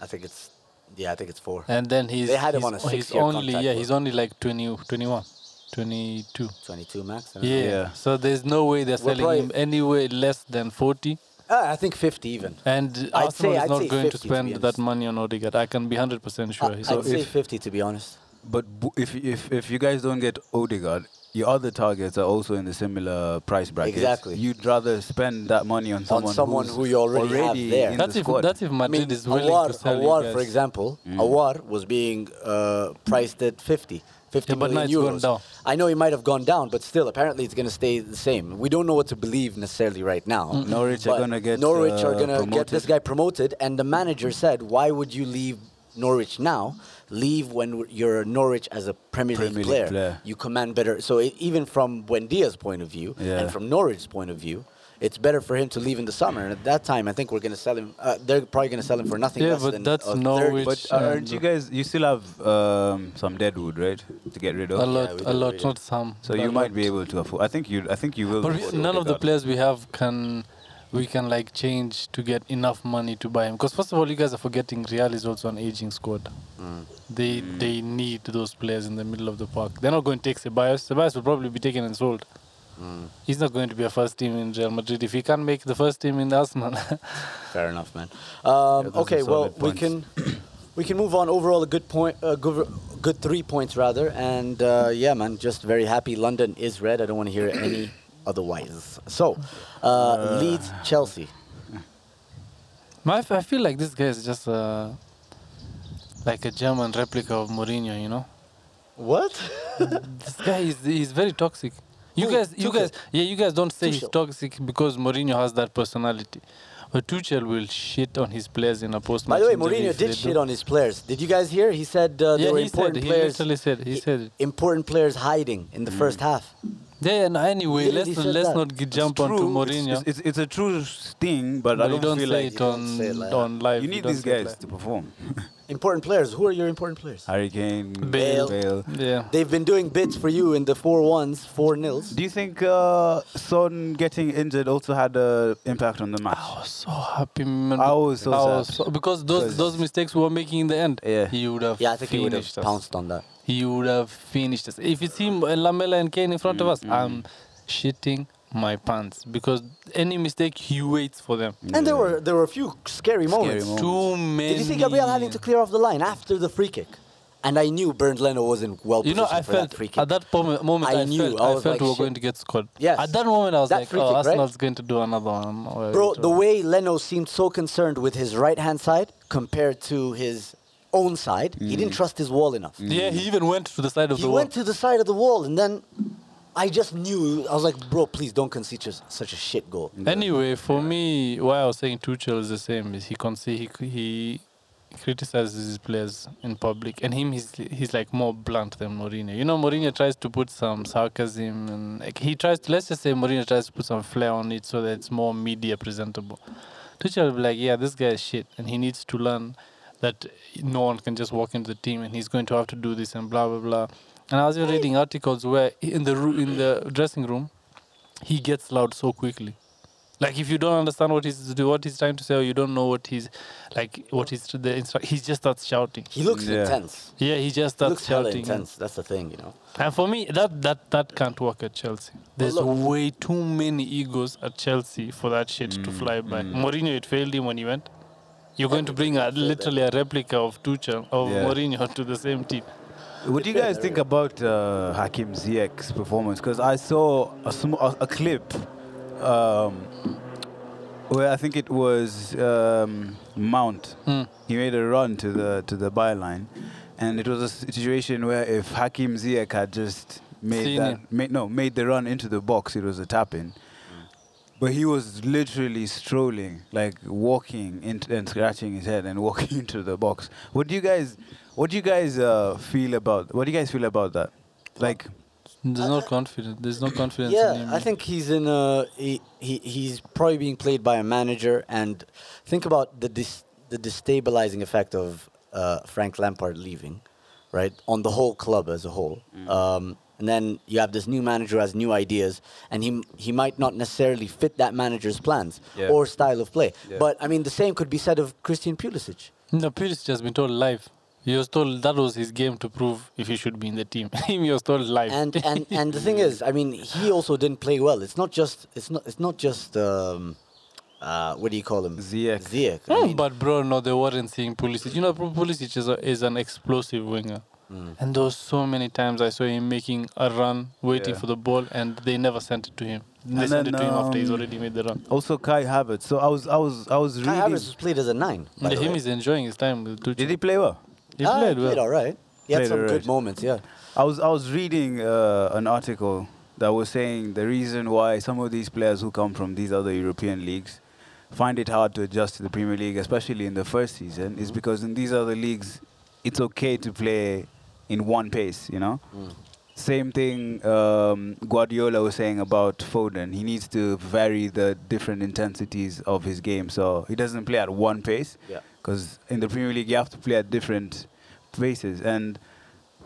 Speaker 1: I think it's yeah, I think it's four.
Speaker 2: and then he's
Speaker 1: They had him
Speaker 2: he's,
Speaker 1: on a
Speaker 2: he's
Speaker 1: six-year
Speaker 2: only
Speaker 1: contract,
Speaker 2: yeah,
Speaker 1: bro.
Speaker 2: he's only like 20, 21, 22.
Speaker 1: 22 max. I don't know.
Speaker 2: Yeah.
Speaker 3: Yeah.
Speaker 2: so there's no way they're
Speaker 1: Uh, We're
Speaker 2: selling him
Speaker 1: probably-
Speaker 2: anywhere less than forty.
Speaker 1: Uh, I think 50 even.
Speaker 2: And
Speaker 1: I'd
Speaker 2: Arsenal
Speaker 1: say- I'd
Speaker 2: is
Speaker 1: say
Speaker 2: not going
Speaker 1: 50,
Speaker 2: to
Speaker 1: to be
Speaker 2: spend
Speaker 1: honest.
Speaker 2: that money on Odegaard. I can be hundred percent sure.
Speaker 1: I-
Speaker 2: He's
Speaker 1: I'd
Speaker 2: not-
Speaker 1: say
Speaker 3: if-
Speaker 1: 50 to be honest.
Speaker 3: But bu- if if if you guys don't get Odegaard, your other targets are also in the similar price bracket.
Speaker 1: Exactly.
Speaker 3: You'd rather spend that money on someone,
Speaker 1: someone
Speaker 3: who's
Speaker 1: who you already have there.
Speaker 3: in
Speaker 2: that's
Speaker 3: the
Speaker 2: if
Speaker 3: squad.
Speaker 2: that's if Madrid is willing
Speaker 1: Awar,
Speaker 2: to sell you
Speaker 1: Awar, for
Speaker 2: guys.
Speaker 1: example, Awar was being uh, priced at 50. 50
Speaker 2: Yeah, but now
Speaker 1: million
Speaker 2: it's gone
Speaker 1: euros.
Speaker 2: down.
Speaker 1: I know he might have gone down, but still, apparently it's going to stay the same. We don't know what to believe necessarily right now.
Speaker 3: Norwich are
Speaker 1: but
Speaker 3: gonna get,
Speaker 1: Norwich are
Speaker 3: uh,
Speaker 1: going to get this
Speaker 3: promoted.
Speaker 1: guy promoted, and the manager said, "Why would you leave Norwich now? Leave when you're Norwich as a Premier,
Speaker 3: Premier League
Speaker 1: player.
Speaker 3: player.
Speaker 1: You command better." So it, even from Buendia's point of view
Speaker 3: Yeah.
Speaker 1: and from Norwich's point of view. It's better for him to leave in the summer, and at that time, I think we're going to sell him. Uh, they're probably going to sell him for nothing.
Speaker 2: Yeah,
Speaker 1: less
Speaker 2: but
Speaker 1: than
Speaker 2: that's
Speaker 1: a third.
Speaker 2: Norwich.
Speaker 3: But uh, aren't you guys? You still have um, some deadwood, right? To get rid of.
Speaker 2: a lot,
Speaker 1: we
Speaker 2: a
Speaker 1: do,
Speaker 2: lot,
Speaker 1: yeah.
Speaker 2: not some.
Speaker 3: So
Speaker 2: a
Speaker 3: you might
Speaker 2: lot.
Speaker 3: be able to afford. I think you. I think you will.
Speaker 2: But
Speaker 3: afford
Speaker 2: we, none of the
Speaker 3: Odegaard.
Speaker 2: players we have can we can like change to get enough money to buy him. Because first of all, you guys are forgetting Real is also an aging squad. They they need those players in the middle of the park. They're not going to take Ceballos. Ceballos will probably be taken and sold. He's not going to be a first team in Real Madrid if he can't make the first team in Arsenal.
Speaker 1: Fair enough, man. Um,
Speaker 3: those are
Speaker 1: okay, well
Speaker 3: solid
Speaker 1: we
Speaker 3: points.
Speaker 1: can we can move on. Overall, a good point, uh, good, good three points rather, and uh, yeah, man, just very happy. London is red. I don't want to hear any otherwise. So, uh, Leeds, Chelsea.
Speaker 2: My, f- I feel like this guy is just a like a German replica of Mourinho. You know,
Speaker 1: What?
Speaker 2: this guy is he's very toxic. You
Speaker 1: Who?
Speaker 2: guys, you
Speaker 1: Tuchel?
Speaker 2: guys, yeah, you guys don't say he's
Speaker 1: Tuchel.
Speaker 2: toxic because Mourinho has that personality. But Tuchel will shit on his players in a post.
Speaker 1: By the way, Mourinho did shit on his players. Did you guys hear? He said uh,
Speaker 2: Yeah,
Speaker 1: there were
Speaker 2: he said.
Speaker 1: important
Speaker 2: He
Speaker 1: players.
Speaker 2: literally said. He
Speaker 1: i-
Speaker 2: said Mm. it.
Speaker 1: Important players hiding in the first half.
Speaker 2: Yeah. No, anyway,
Speaker 1: Really, he
Speaker 2: let's
Speaker 1: said
Speaker 2: let's
Speaker 1: that.
Speaker 2: not g-
Speaker 3: It's
Speaker 2: jump onto
Speaker 3: true, it's-
Speaker 2: Mourinho.
Speaker 3: It's, it's, it's a true thing, but,
Speaker 2: but
Speaker 3: I don't,
Speaker 2: you don't
Speaker 3: feel
Speaker 2: say
Speaker 3: like
Speaker 2: it
Speaker 1: You don't
Speaker 2: on
Speaker 1: say it like that.
Speaker 2: on live.
Speaker 3: you
Speaker 2: You
Speaker 3: need
Speaker 2: don't
Speaker 3: these
Speaker 2: say it
Speaker 3: guys
Speaker 2: like-
Speaker 3: to perform.
Speaker 1: Important players. Who are your important players?
Speaker 3: Hurricane,
Speaker 2: Bale.
Speaker 3: Bale.
Speaker 2: Yeah.
Speaker 1: They've been doing bits for you in the four ones, four nils.
Speaker 3: Do you think uh, Son getting injured also had an impact on the match?
Speaker 2: I was so happy. Man.
Speaker 3: I was so
Speaker 2: I was
Speaker 3: sad.
Speaker 2: so- because those
Speaker 3: Because-
Speaker 2: those mistakes we were making in the end.
Speaker 3: Yeah.
Speaker 2: He would have.
Speaker 1: Yeah, I think he would have
Speaker 2: finished us.
Speaker 1: pounced on that.
Speaker 2: He would have finished us. If it's him and Lamela and Kane in front of us, I'm shitting my pants because any mistake he waits for them.
Speaker 1: And there were there were a few scary moments.
Speaker 3: moments.
Speaker 2: Too many.
Speaker 1: Did you see Gabriel having to clear off the line after the free kick? And I knew Bernd Leno wasn't well
Speaker 2: You
Speaker 1: positioned
Speaker 2: know, I
Speaker 1: for
Speaker 2: felt
Speaker 1: that free kick.
Speaker 2: at that pom- moment
Speaker 1: I
Speaker 2: I,
Speaker 1: knew,
Speaker 2: felt,
Speaker 1: I
Speaker 2: I
Speaker 1: was
Speaker 2: felt
Speaker 1: like,
Speaker 2: we were
Speaker 1: shit.
Speaker 2: going to get scored.
Speaker 1: Yes.
Speaker 2: At that moment, I was
Speaker 1: That
Speaker 2: like,
Speaker 1: free
Speaker 2: "Oh,
Speaker 1: kick, right?
Speaker 2: Arsenal's going to do another one." Or
Speaker 1: Bro,
Speaker 2: it
Speaker 1: the
Speaker 2: was-
Speaker 1: way Leno seemed so concerned with his right hand side compared to his own side, he didn't trust his wall enough.
Speaker 2: Mm. Yeah, he even went to the side of
Speaker 1: He
Speaker 2: the
Speaker 1: went to
Speaker 2: wall.
Speaker 1: the side of the wall, and then I just knew. I was like, bro, please don't concede just such a shit goal.
Speaker 2: Anyway, for me, why I was saying Tuchel is the same is he can see he c- he criticizes his players in public, and him he's he's like more blunt than Mourinho. You know, Mourinho tries to put some sarcasm and like, he tries to let's just say Mourinho tries to put some flair on it so that it's more media presentable. Tuchel will be like, yeah, this guy is shit, and he needs to learn that no one can just walk into the team, and he's going to have to do this and blah blah blah. And I was even reading articles where in the ru- in the dressing room, he gets loud so quickly. Like if you don't understand what he's what he's trying to say, or you don't know what he's like, what he's the instru- he just starts shouting.
Speaker 1: He looks
Speaker 3: Yeah.
Speaker 1: intense.
Speaker 2: Yeah, he just
Speaker 1: He
Speaker 2: starts
Speaker 1: looks hella
Speaker 2: shouting.
Speaker 1: intense. That's the thing, you know.
Speaker 2: And for me, that that that can't work at Chelsea. There's
Speaker 1: look-
Speaker 2: way too many egos at Chelsea for that shit to fly
Speaker 1: Mm,
Speaker 2: by. Mourinho, it failed him when he went. You're going to bring a, literally a replica of Tuchel of
Speaker 3: Yeah.
Speaker 2: Mourinho to the same team.
Speaker 3: What do you guys think about uh, Hakim Ziyech's performance? Because I saw a, sm- a, a clip um, where I think it was um, Mount.
Speaker 2: Hmm.
Speaker 3: He made a run to the to the byline, and it was a situation where if Hakim Ziyech had just made
Speaker 2: Seen
Speaker 3: that,
Speaker 2: him.
Speaker 3: made, no, made the run into the box, it was a tap in. But he was literally strolling, like walking into and scratching his head and walking into the box. What do you guys, what do you guys uh, feel about? What do you guys feel about that? Like,
Speaker 2: There's no confidence. There's no confidence. in
Speaker 1: Yeah,
Speaker 2: him.
Speaker 1: I think he's in a he, he he's probably being played by a manager, and think about the dis, the destabilizing effect of uh, Frank Lampard leaving, right, on the whole club as a whole.
Speaker 3: Mm.
Speaker 1: Um, and then you have this new manager who has new ideas, and he he might not necessarily fit that manager's plans
Speaker 3: Yeah.
Speaker 1: or style of play.
Speaker 3: Yeah.
Speaker 1: But I mean, the same could be said of Christian Pulisic.
Speaker 2: No, Pulisic has been told live. He was told that was his game to prove if he should be in the team. Him, he was told live.
Speaker 1: and and and the thing is, I mean, he also didn't play well. It's not just it's not it's not just um, uh, what do you call him?
Speaker 3: Ziyech.
Speaker 1: Ziyech. I
Speaker 3: Oh.
Speaker 2: Mm,
Speaker 1: mean,
Speaker 2: but bro, no, they weren't seeing Pulisic. You know, Pu- Pulisic is, a, is an explosive winger,
Speaker 3: Mm.
Speaker 2: and there was so many times I saw him making a run, waiting
Speaker 3: Yeah.
Speaker 2: for the ball, and they never sent it to him. They
Speaker 3: And
Speaker 2: sent it
Speaker 3: then,
Speaker 2: to him after he's
Speaker 3: um,
Speaker 2: already made the run.
Speaker 3: also Kai Havertz. So I was, I was, I was
Speaker 1: Kai
Speaker 3: reading.
Speaker 1: Havertz was played as a nine. by
Speaker 2: And
Speaker 1: the
Speaker 2: him
Speaker 1: way.
Speaker 2: is enjoying his time with Tuchel.
Speaker 3: Did he play well?
Speaker 2: He
Speaker 1: Ah,
Speaker 2: played
Speaker 1: Played
Speaker 2: well.
Speaker 1: all right. He had
Speaker 3: Played
Speaker 1: some
Speaker 3: all
Speaker 1: good
Speaker 3: right.
Speaker 1: moments. Yeah.
Speaker 3: I was I was reading uh, an article that was saying the reason why some of these players who come from these other European leagues find it hard to adjust to the Premier League, especially in the first season, is because in these other leagues it's okay to play in one pace, you know.
Speaker 1: Mm. Hmm.
Speaker 3: Same thing um, Guardiola was saying about Foden. He needs to vary the different intensities of his game, so he doesn't play at one pace.
Speaker 1: Yeah.
Speaker 3: Because in the Premier League, you have to play at different paces, and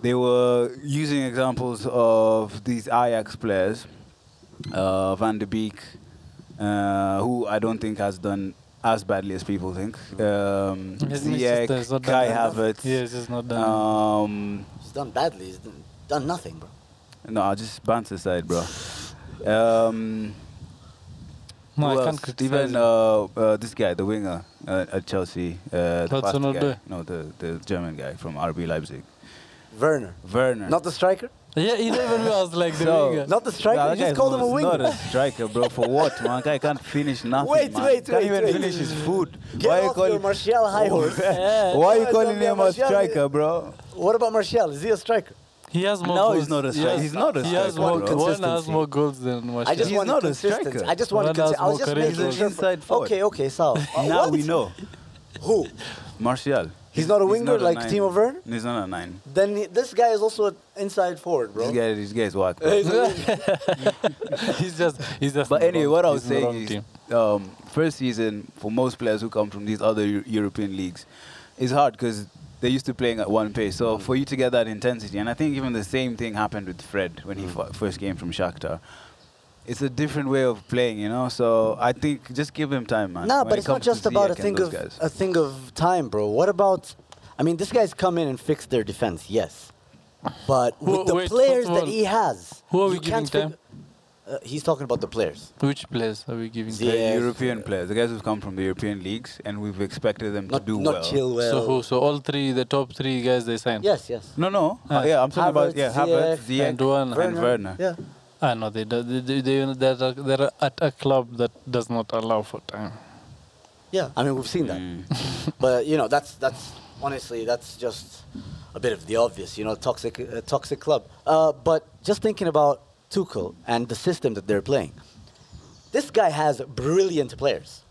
Speaker 3: they were using examples of these Ajax players, uh, Van de Beek, uh, who I don't think has done as badly as people think. Um,
Speaker 2: His mistakes, it's
Speaker 3: Ziyech,
Speaker 2: not
Speaker 3: Kai
Speaker 2: done enough.
Speaker 3: Havertz.
Speaker 2: Yeah, it's just not done.
Speaker 3: Um,
Speaker 1: He's done badly. He's done, done nothing, bro.
Speaker 3: no, I'll just banter side, bro. Um,
Speaker 2: no,
Speaker 3: who
Speaker 2: I
Speaker 3: else?
Speaker 2: can't criticize
Speaker 3: Even
Speaker 2: him.
Speaker 3: uh, uh, this guy, the winger uh, at Chelsea, uh, the fast
Speaker 2: Hudson Odoi.
Speaker 3: guy. No, the, the German guy from RB Leipzig.
Speaker 1: Werner.
Speaker 3: Werner.
Speaker 1: Not the striker.
Speaker 2: yeah, he never knew I was like the
Speaker 3: So-
Speaker 2: winger.
Speaker 1: Not the striker.
Speaker 3: Nah,
Speaker 1: you
Speaker 3: that
Speaker 1: just
Speaker 3: guy
Speaker 1: called him a
Speaker 3: was
Speaker 1: winger.
Speaker 3: Not a striker, bro. For what, man? Guy can't finish nothing.
Speaker 1: Wait,
Speaker 3: man.
Speaker 1: wait,
Speaker 3: Can't
Speaker 1: wait,
Speaker 3: even
Speaker 1: wait.
Speaker 3: finish his food.
Speaker 1: Get
Speaker 3: Why
Speaker 1: off
Speaker 3: you
Speaker 1: your
Speaker 3: calling?
Speaker 1: Martial high horse.
Speaker 3: Why you
Speaker 1: Yeah,
Speaker 3: calling
Speaker 1: Zambia
Speaker 3: him a
Speaker 1: Martial.
Speaker 3: striker, bro?
Speaker 1: What about Martial? Is he a striker?
Speaker 2: He has more
Speaker 1: No,
Speaker 2: goals.
Speaker 1: he's
Speaker 3: not a
Speaker 2: He
Speaker 3: striker.
Speaker 2: has-
Speaker 3: He's not a
Speaker 2: He has
Speaker 3: striker,
Speaker 2: more,
Speaker 1: bro.
Speaker 2: one has
Speaker 3: Consistency.
Speaker 2: more goals than Machida.
Speaker 1: I just
Speaker 3: He's
Speaker 1: want
Speaker 3: not a
Speaker 1: consistency.
Speaker 3: striker.
Speaker 1: I just want
Speaker 2: One has
Speaker 1: consistency. I was
Speaker 2: more
Speaker 1: just
Speaker 2: career
Speaker 1: making
Speaker 2: goals.
Speaker 1: sure.
Speaker 3: Inside forward.
Speaker 1: Okay, okay, Sal.
Speaker 3: now
Speaker 1: Uh, What?
Speaker 3: we know.
Speaker 1: who.
Speaker 3: Martial.
Speaker 1: He's not a winger like
Speaker 3: nine.
Speaker 1: Timo Werner?
Speaker 3: He's not a nine.
Speaker 1: Then he- this guy is also an inside forward, bro.
Speaker 3: This guy, this guy is whack. bro.
Speaker 1: He's a-
Speaker 2: he's just, he's just.
Speaker 3: But
Speaker 2: in the
Speaker 3: anyway,
Speaker 2: wrong-
Speaker 3: what I was
Speaker 2: he's in the wrong
Speaker 3: saying
Speaker 2: team.
Speaker 3: is, um, first season for most players who come from these other Eu- European leagues is hard because they're used to playing at one pace. So for you to get that intensity, and I think even the same thing happened with Fred when
Speaker 2: Mm.
Speaker 3: he f- first came from Shakhtar. It's a different way of playing, you know. So I think just give him time, man.
Speaker 1: No,
Speaker 3: When
Speaker 1: but
Speaker 3: it
Speaker 1: it's not
Speaker 3: comes to
Speaker 1: just about a
Speaker 3: Ziyech and
Speaker 1: thing
Speaker 3: those
Speaker 1: of
Speaker 3: guys.
Speaker 1: a thing of time, bro. What about? I mean, this guy's come in and fixed their defense, yes, but with
Speaker 2: Wh-
Speaker 1: the
Speaker 2: wait,
Speaker 1: players
Speaker 2: first of
Speaker 1: that
Speaker 2: all,
Speaker 1: he has,
Speaker 2: who are we
Speaker 1: you can't
Speaker 2: giving
Speaker 1: fig- Uh, he's talking about the players.
Speaker 2: Which players are we giving?
Speaker 1: Ziyech.
Speaker 3: The
Speaker 2: credit?
Speaker 1: Yes.
Speaker 3: European players, the guys who've come from the European leagues, and we've expected them
Speaker 1: Not
Speaker 3: to do
Speaker 1: not
Speaker 3: well.
Speaker 1: Chilwell.
Speaker 2: So who? So all three, the top three guys they signed.
Speaker 1: Yes, yes.
Speaker 3: No, no.
Speaker 2: Ah.
Speaker 3: yeah, I'm talking about
Speaker 1: Havertz,
Speaker 3: yeah, Havertz,
Speaker 1: Ziyech,
Speaker 3: Ziyech,
Speaker 2: and Werner.
Speaker 3: and Werner.
Speaker 1: Yeah.
Speaker 2: Ah no, they do, they do, they they're, a- they're at a club that does not allow for time.
Speaker 1: Yeah. I mean, we've seen that.
Speaker 3: Mm.
Speaker 1: but you know, that's that's honestly that's just a bit of the obvious, you know, toxic uh, toxic club. Uh, but just thinking about Tuchel and the system that they're playing, this guy has brilliant players.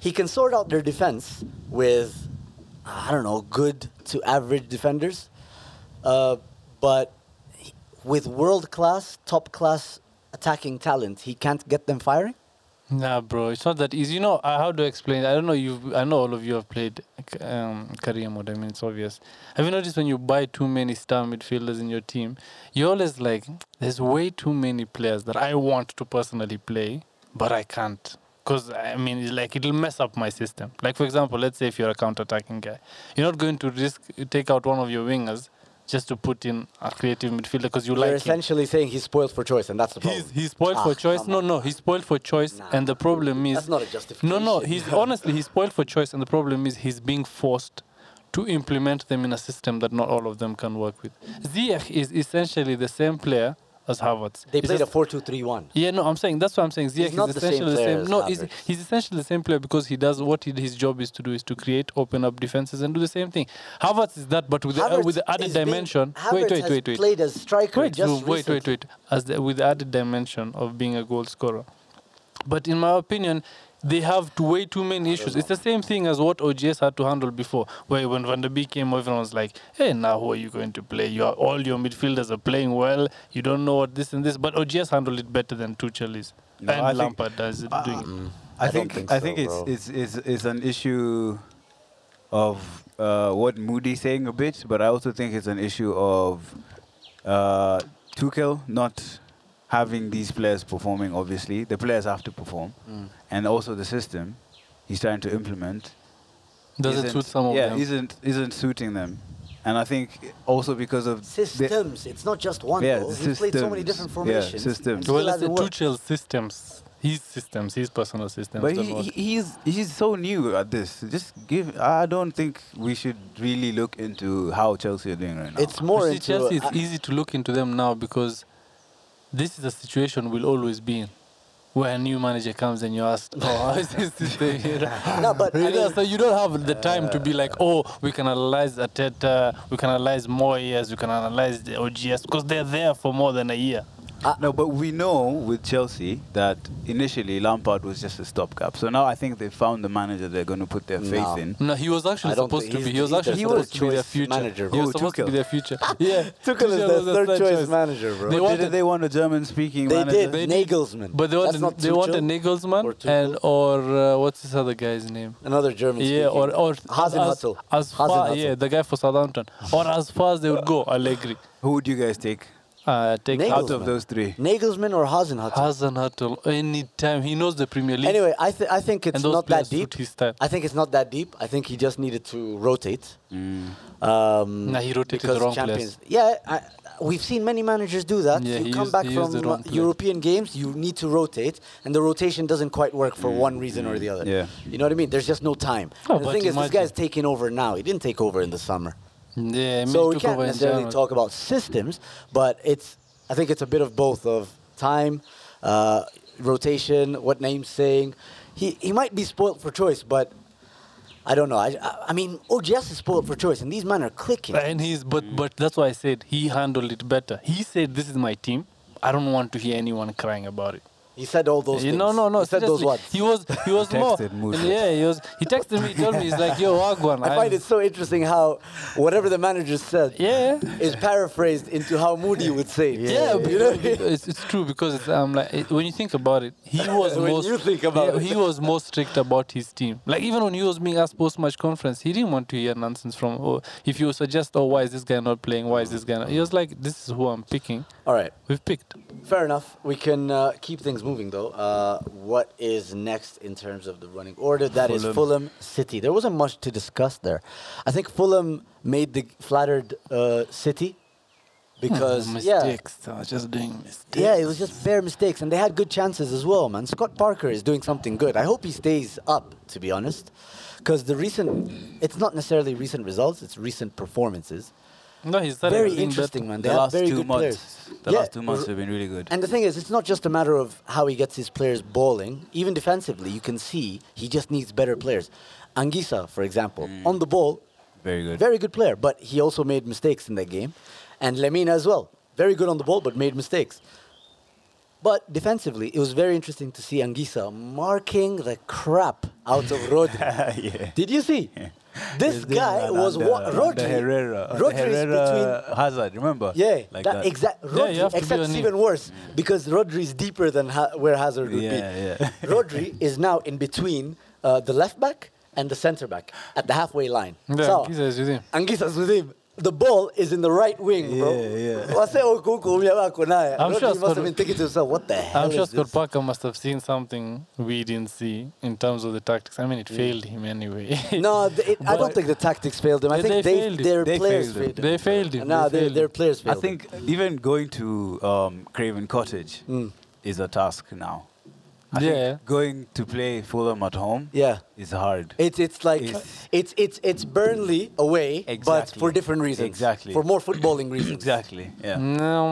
Speaker 1: He can sort out their defense with, I don't know, good to average defenders, uh, but he- with world class, top class attacking talent, he can't get them firing.
Speaker 2: Nah, bro, it's not that easy. You know, uh, how do I explain? I don't know. You, I know all of you have played like, um, career mode. I mean, it's obvious. Have you noticed when you buy too many star midfielders in your team, you're always like, there's way too many players that I want to personally play, but I can't. Because, I mean, it's like it'll mess up my system. Like, for example, let's say if you're a counter attacking guy, you're not going to risk take out one of your wingers just to put in a creative midfielder because you
Speaker 1: You're
Speaker 2: like him.
Speaker 1: essentially saying he's spoiled for choice, and that's the problem.
Speaker 2: He's, he's spoiled
Speaker 1: Ah,
Speaker 2: for choice.
Speaker 1: come
Speaker 2: No,
Speaker 1: on.
Speaker 2: no, he's spoiled for choice.
Speaker 1: Nah.
Speaker 2: And the problem is.
Speaker 1: That's not a
Speaker 2: No,
Speaker 1: justification.
Speaker 2: no. He's honestly he's spoiled for choice, and the problem is he's being forced to implement them in a system that not all of them can work with. Ziyech is essentially the same player as Havertz.
Speaker 1: They
Speaker 2: It's
Speaker 1: played a
Speaker 2: just-
Speaker 1: 4 2 3 1.
Speaker 2: yeah, no, I'm saying that's what I'm saying. Ziyech
Speaker 1: not
Speaker 2: is
Speaker 1: the same
Speaker 2: essentially the
Speaker 1: player
Speaker 2: same.
Speaker 1: as
Speaker 2: No, he's,
Speaker 1: Havertz.
Speaker 2: he's essentially the same player because he does what he, his job is to do is to create, open up defenses, and do the same thing. Havertz is that, but with the, uh, with the added dimension. wait, wait, wait, wait.
Speaker 1: played as striker.
Speaker 2: Wait,
Speaker 1: just
Speaker 2: no, wait, wait,
Speaker 1: recently.
Speaker 2: wait. As the, with the added dimension of being a goal scorer, but in my opinion, they have to way too many issues. It's the same thing as what OGS had to handle before, where when Van der Beek came, everyone was like, "Hey, now who are you going to play? You are, all your midfielders are playing well. You don't know what this and this." But OGS handled it better than Tuchel is,
Speaker 3: No,
Speaker 2: and
Speaker 3: I think- um,
Speaker 2: Lampard does it. doing it.
Speaker 3: Uh, I,
Speaker 1: mm. I don't
Speaker 3: think,
Speaker 1: think
Speaker 3: I
Speaker 1: so,
Speaker 3: think
Speaker 1: bro.
Speaker 3: it's, it's it's it's an issue of uh, what Moody's saying a bit, but I also think it's an issue of uh, Tuchel not having these players performing. Obviously, the players have to perform,
Speaker 1: Mm.
Speaker 3: and also the system he's trying to implement
Speaker 2: Doesn't
Speaker 3: isn't-
Speaker 2: suit some of
Speaker 3: yeah,
Speaker 2: them.
Speaker 3: isn't isn't suiting them, and I think also because of the-
Speaker 1: Systems. it's not just one.
Speaker 3: Yeah,
Speaker 1: though. He played so many different
Speaker 3: systems. Yeah,
Speaker 1: formations. and
Speaker 3: systems.
Speaker 1: still
Speaker 2: well, let's say
Speaker 1: hasn't worked.
Speaker 2: Tuchel's systems, his systems, his personal systems.
Speaker 3: But
Speaker 2: don't
Speaker 3: he,
Speaker 2: work.
Speaker 3: he, he's he's so new at this. Just give. I don't think we should really look into how Chelsea are doing right now.
Speaker 1: It's more
Speaker 2: You see,
Speaker 1: into.
Speaker 2: Chelsea,
Speaker 1: I-
Speaker 2: it's easy to look into them now because this is a situation we'll always be in. Where a new manager comes and you ask, oh, how is this system here?
Speaker 1: No, but I
Speaker 2: You know,
Speaker 1: mean-
Speaker 2: so you don't have the time to be like, oh, we can analyze Ateta, we can analyze Moyes, we can analyze the OGS because they're there for more than a year.
Speaker 3: no, but we know with Chelsea that initially Lampard was just a stopgap. So now I think they found the manager they're going to put their
Speaker 1: No.
Speaker 3: faith in.
Speaker 2: No, he was actually
Speaker 1: I don't
Speaker 2: supposed
Speaker 1: think-
Speaker 2: to be. He
Speaker 1: he's-
Speaker 2: was
Speaker 1: he's
Speaker 2: actually
Speaker 1: the third
Speaker 2: supposed to be their
Speaker 1: choice
Speaker 2: future.
Speaker 1: manager, Oh,
Speaker 2: he was
Speaker 3: bro.
Speaker 2: supposed to
Speaker 3: Tuchel.
Speaker 2: be their future. Yeah,
Speaker 1: Tuchel is
Speaker 2: was
Speaker 1: their third choice manager, bro.
Speaker 2: They
Speaker 1: But
Speaker 2: wanted
Speaker 3: Did they want a German-speaking
Speaker 1: They
Speaker 3: manager?
Speaker 1: did. Nagelsmann.
Speaker 2: But they
Speaker 1: That's not
Speaker 2: want they want a
Speaker 1: Tuchel or
Speaker 2: Nagelsmann
Speaker 1: Tuchel.
Speaker 2: and or uh, what's this other guy's name?
Speaker 1: Another German.
Speaker 2: Yeah, or or as,
Speaker 1: Hasenhüttl.
Speaker 2: as far
Speaker 1: Hasenhüttl.
Speaker 2: yeah the guy for Southampton or as far as they would go Allegri.
Speaker 3: Who would you guys take
Speaker 2: Uh, take
Speaker 1: Nagel-
Speaker 3: out
Speaker 2: out
Speaker 3: of
Speaker 1: Nagelsmann.
Speaker 3: those three?
Speaker 1: Nagelsmann or Hasenhuttle.
Speaker 2: Hasenhüttl any time he knows the Premier League.
Speaker 1: Anyway, I, th- I think it's
Speaker 2: those
Speaker 1: not that
Speaker 2: players suit
Speaker 1: deep.
Speaker 2: his style.
Speaker 1: I think it's not that deep. I think he just needed to rotate.
Speaker 3: Mm.
Speaker 1: Um,
Speaker 2: Nah, he rotated the
Speaker 1: because
Speaker 2: wrong players.
Speaker 1: Yeah, I, we've seen many managers do that.
Speaker 2: Yeah,
Speaker 1: you
Speaker 2: he
Speaker 1: come
Speaker 2: used-
Speaker 1: back
Speaker 2: he used the
Speaker 1: from
Speaker 2: wrong
Speaker 1: uh,
Speaker 2: players.
Speaker 1: European games, you need to rotate, and the rotation doesn't quite work for one reason or the other.
Speaker 3: Yeah.
Speaker 1: You know what I mean? There's just no time.
Speaker 2: Mm, Oh,
Speaker 1: And the
Speaker 2: but
Speaker 1: thing is, this
Speaker 2: imagine-
Speaker 1: guy's taking over now. He didn't take over in the summer.
Speaker 2: yeah, I mean,
Speaker 1: So we
Speaker 2: took
Speaker 1: can't
Speaker 2: over in
Speaker 1: necessarily
Speaker 2: January.
Speaker 1: talk about systems, but it's I think it's a bit of both of time, uh, rotation, what name's saying. He he might be spoilt for choice, but I don't know. I, I, I mean, OGS is spoiled for choice, and these men are clicking.
Speaker 2: And he's but but that's why I said he handled it better. He said, "This is my team. I don't want to hear anyone crying about it."
Speaker 1: He said all those.
Speaker 2: You
Speaker 1: things.
Speaker 2: no, no, no.
Speaker 1: He said those
Speaker 2: seriously.
Speaker 1: words.
Speaker 2: He was, he was more.
Speaker 3: texted Moose.
Speaker 2: Yeah, he was. He texted me. He told me he's like, "Yo, Wagwan."
Speaker 1: I find
Speaker 2: I'm-
Speaker 1: it so interesting how whatever the manager said
Speaker 2: Yeah.
Speaker 1: is paraphrased into how Moody would say it.
Speaker 2: Yeah, but
Speaker 1: You know what I mean?
Speaker 2: it's, it's true because it's, um, like it, when you think about it, he was
Speaker 1: When
Speaker 2: most
Speaker 1: you think about
Speaker 2: yeah,
Speaker 1: it.
Speaker 2: he was more strict about his team. Like even when he was being asked post match conference, he didn't want to hear nonsense from. Oh, if you suggest, oh, why is this guy not playing? Why is this guy? Not? He was like, this is who I'm picking.
Speaker 1: All right.
Speaker 2: We've picked.
Speaker 1: Fair enough. We can uh, keep things moving though. Uh, what is next in terms of the running order? That is
Speaker 3: Fulham.
Speaker 1: Fulham City. There wasn't much to discuss there. I think Fulham made the flattered uh, City because yeah,
Speaker 2: Hmm, mistakes. I was just doing mistakes.
Speaker 1: yeah, it was just bare mistakes, and they had good chances as well, man. Scott Parker is doing something good. I hope he stays up, to be honest, because the recent, it's not necessarily recent results, it's recent performances.
Speaker 2: No, he started
Speaker 1: Very
Speaker 2: doing
Speaker 1: interesting, man. They
Speaker 3: the
Speaker 1: have
Speaker 3: last
Speaker 1: very
Speaker 3: two
Speaker 1: good
Speaker 3: months,
Speaker 1: players.
Speaker 3: the
Speaker 1: Yeah,
Speaker 3: last two months
Speaker 1: r-
Speaker 3: have been really good.
Speaker 1: and the thing is, it's not just a matter of how he gets his players balling. Even defensively, you can see he just needs better players. Anguissa, for example, on the ball,
Speaker 3: Very Mm. good.
Speaker 1: very good player, but he also made mistakes in that game. And Lemina as well, very good on the ball, but made mistakes. But defensively, it was very interesting to see Anguissa marking the crap out of Rodri.
Speaker 3: yeah.
Speaker 1: Did you see? This
Speaker 3: He's doing
Speaker 1: guy
Speaker 3: that
Speaker 1: was
Speaker 3: under-
Speaker 1: wa-
Speaker 3: under
Speaker 1: Rodri.
Speaker 3: Herrera, under
Speaker 1: Rodri is
Speaker 3: Herrera
Speaker 1: between
Speaker 3: Hazard, remember?
Speaker 1: yeah, that,
Speaker 3: like that.
Speaker 1: exact.
Speaker 2: Yeah, you
Speaker 1: Rodri,
Speaker 2: have to be
Speaker 1: except
Speaker 2: on
Speaker 1: it's
Speaker 2: it.
Speaker 1: even worse because Rodri is deeper than ha- where Hazard would
Speaker 3: Yeah,
Speaker 1: be.
Speaker 3: yeah.
Speaker 1: Rodri is now in between uh, the left back and the centre back at the halfway line.
Speaker 2: Yeah, Anguissa is with him.
Speaker 1: Anguissa's with him. The ball is in the right wing, bro.
Speaker 3: Yeah, yeah.
Speaker 1: Wase Okuku, Umiyawa Konaya.
Speaker 2: I'm
Speaker 1: Rodri
Speaker 2: sure
Speaker 1: must
Speaker 2: Scott-
Speaker 1: have been thinking to himself, "What the hell?"
Speaker 2: I'm sure
Speaker 1: is
Speaker 2: Scott
Speaker 1: this?
Speaker 2: Parker must have seen something we didn't see in terms of the tactics. I mean, it failed him anyway.
Speaker 1: No, th- it, I don't
Speaker 2: But-
Speaker 1: think the tactics failed him. I
Speaker 2: They-
Speaker 1: think
Speaker 2: they
Speaker 1: they,
Speaker 2: failed him.
Speaker 1: their
Speaker 3: They
Speaker 1: players
Speaker 3: failed him.
Speaker 1: failed him.
Speaker 2: they failed him.
Speaker 1: No,
Speaker 2: they
Speaker 1: their,
Speaker 2: failed
Speaker 1: their
Speaker 2: him.
Speaker 1: players
Speaker 3: I
Speaker 1: failed him.
Speaker 3: think even going to um, Craven Cottage
Speaker 1: Mm.
Speaker 3: is a task now. I
Speaker 2: Yeah.
Speaker 3: think going to play Fulham at home
Speaker 1: Yeah.
Speaker 3: is hard.
Speaker 1: It's it's like
Speaker 3: It's-
Speaker 1: it's it's it's Burnley away, but
Speaker 3: Exactly.
Speaker 1: for different reasons.
Speaker 3: Exactly.
Speaker 1: For more footballing reasons.
Speaker 3: exactly. Yeah.
Speaker 1: Mm.
Speaker 2: No,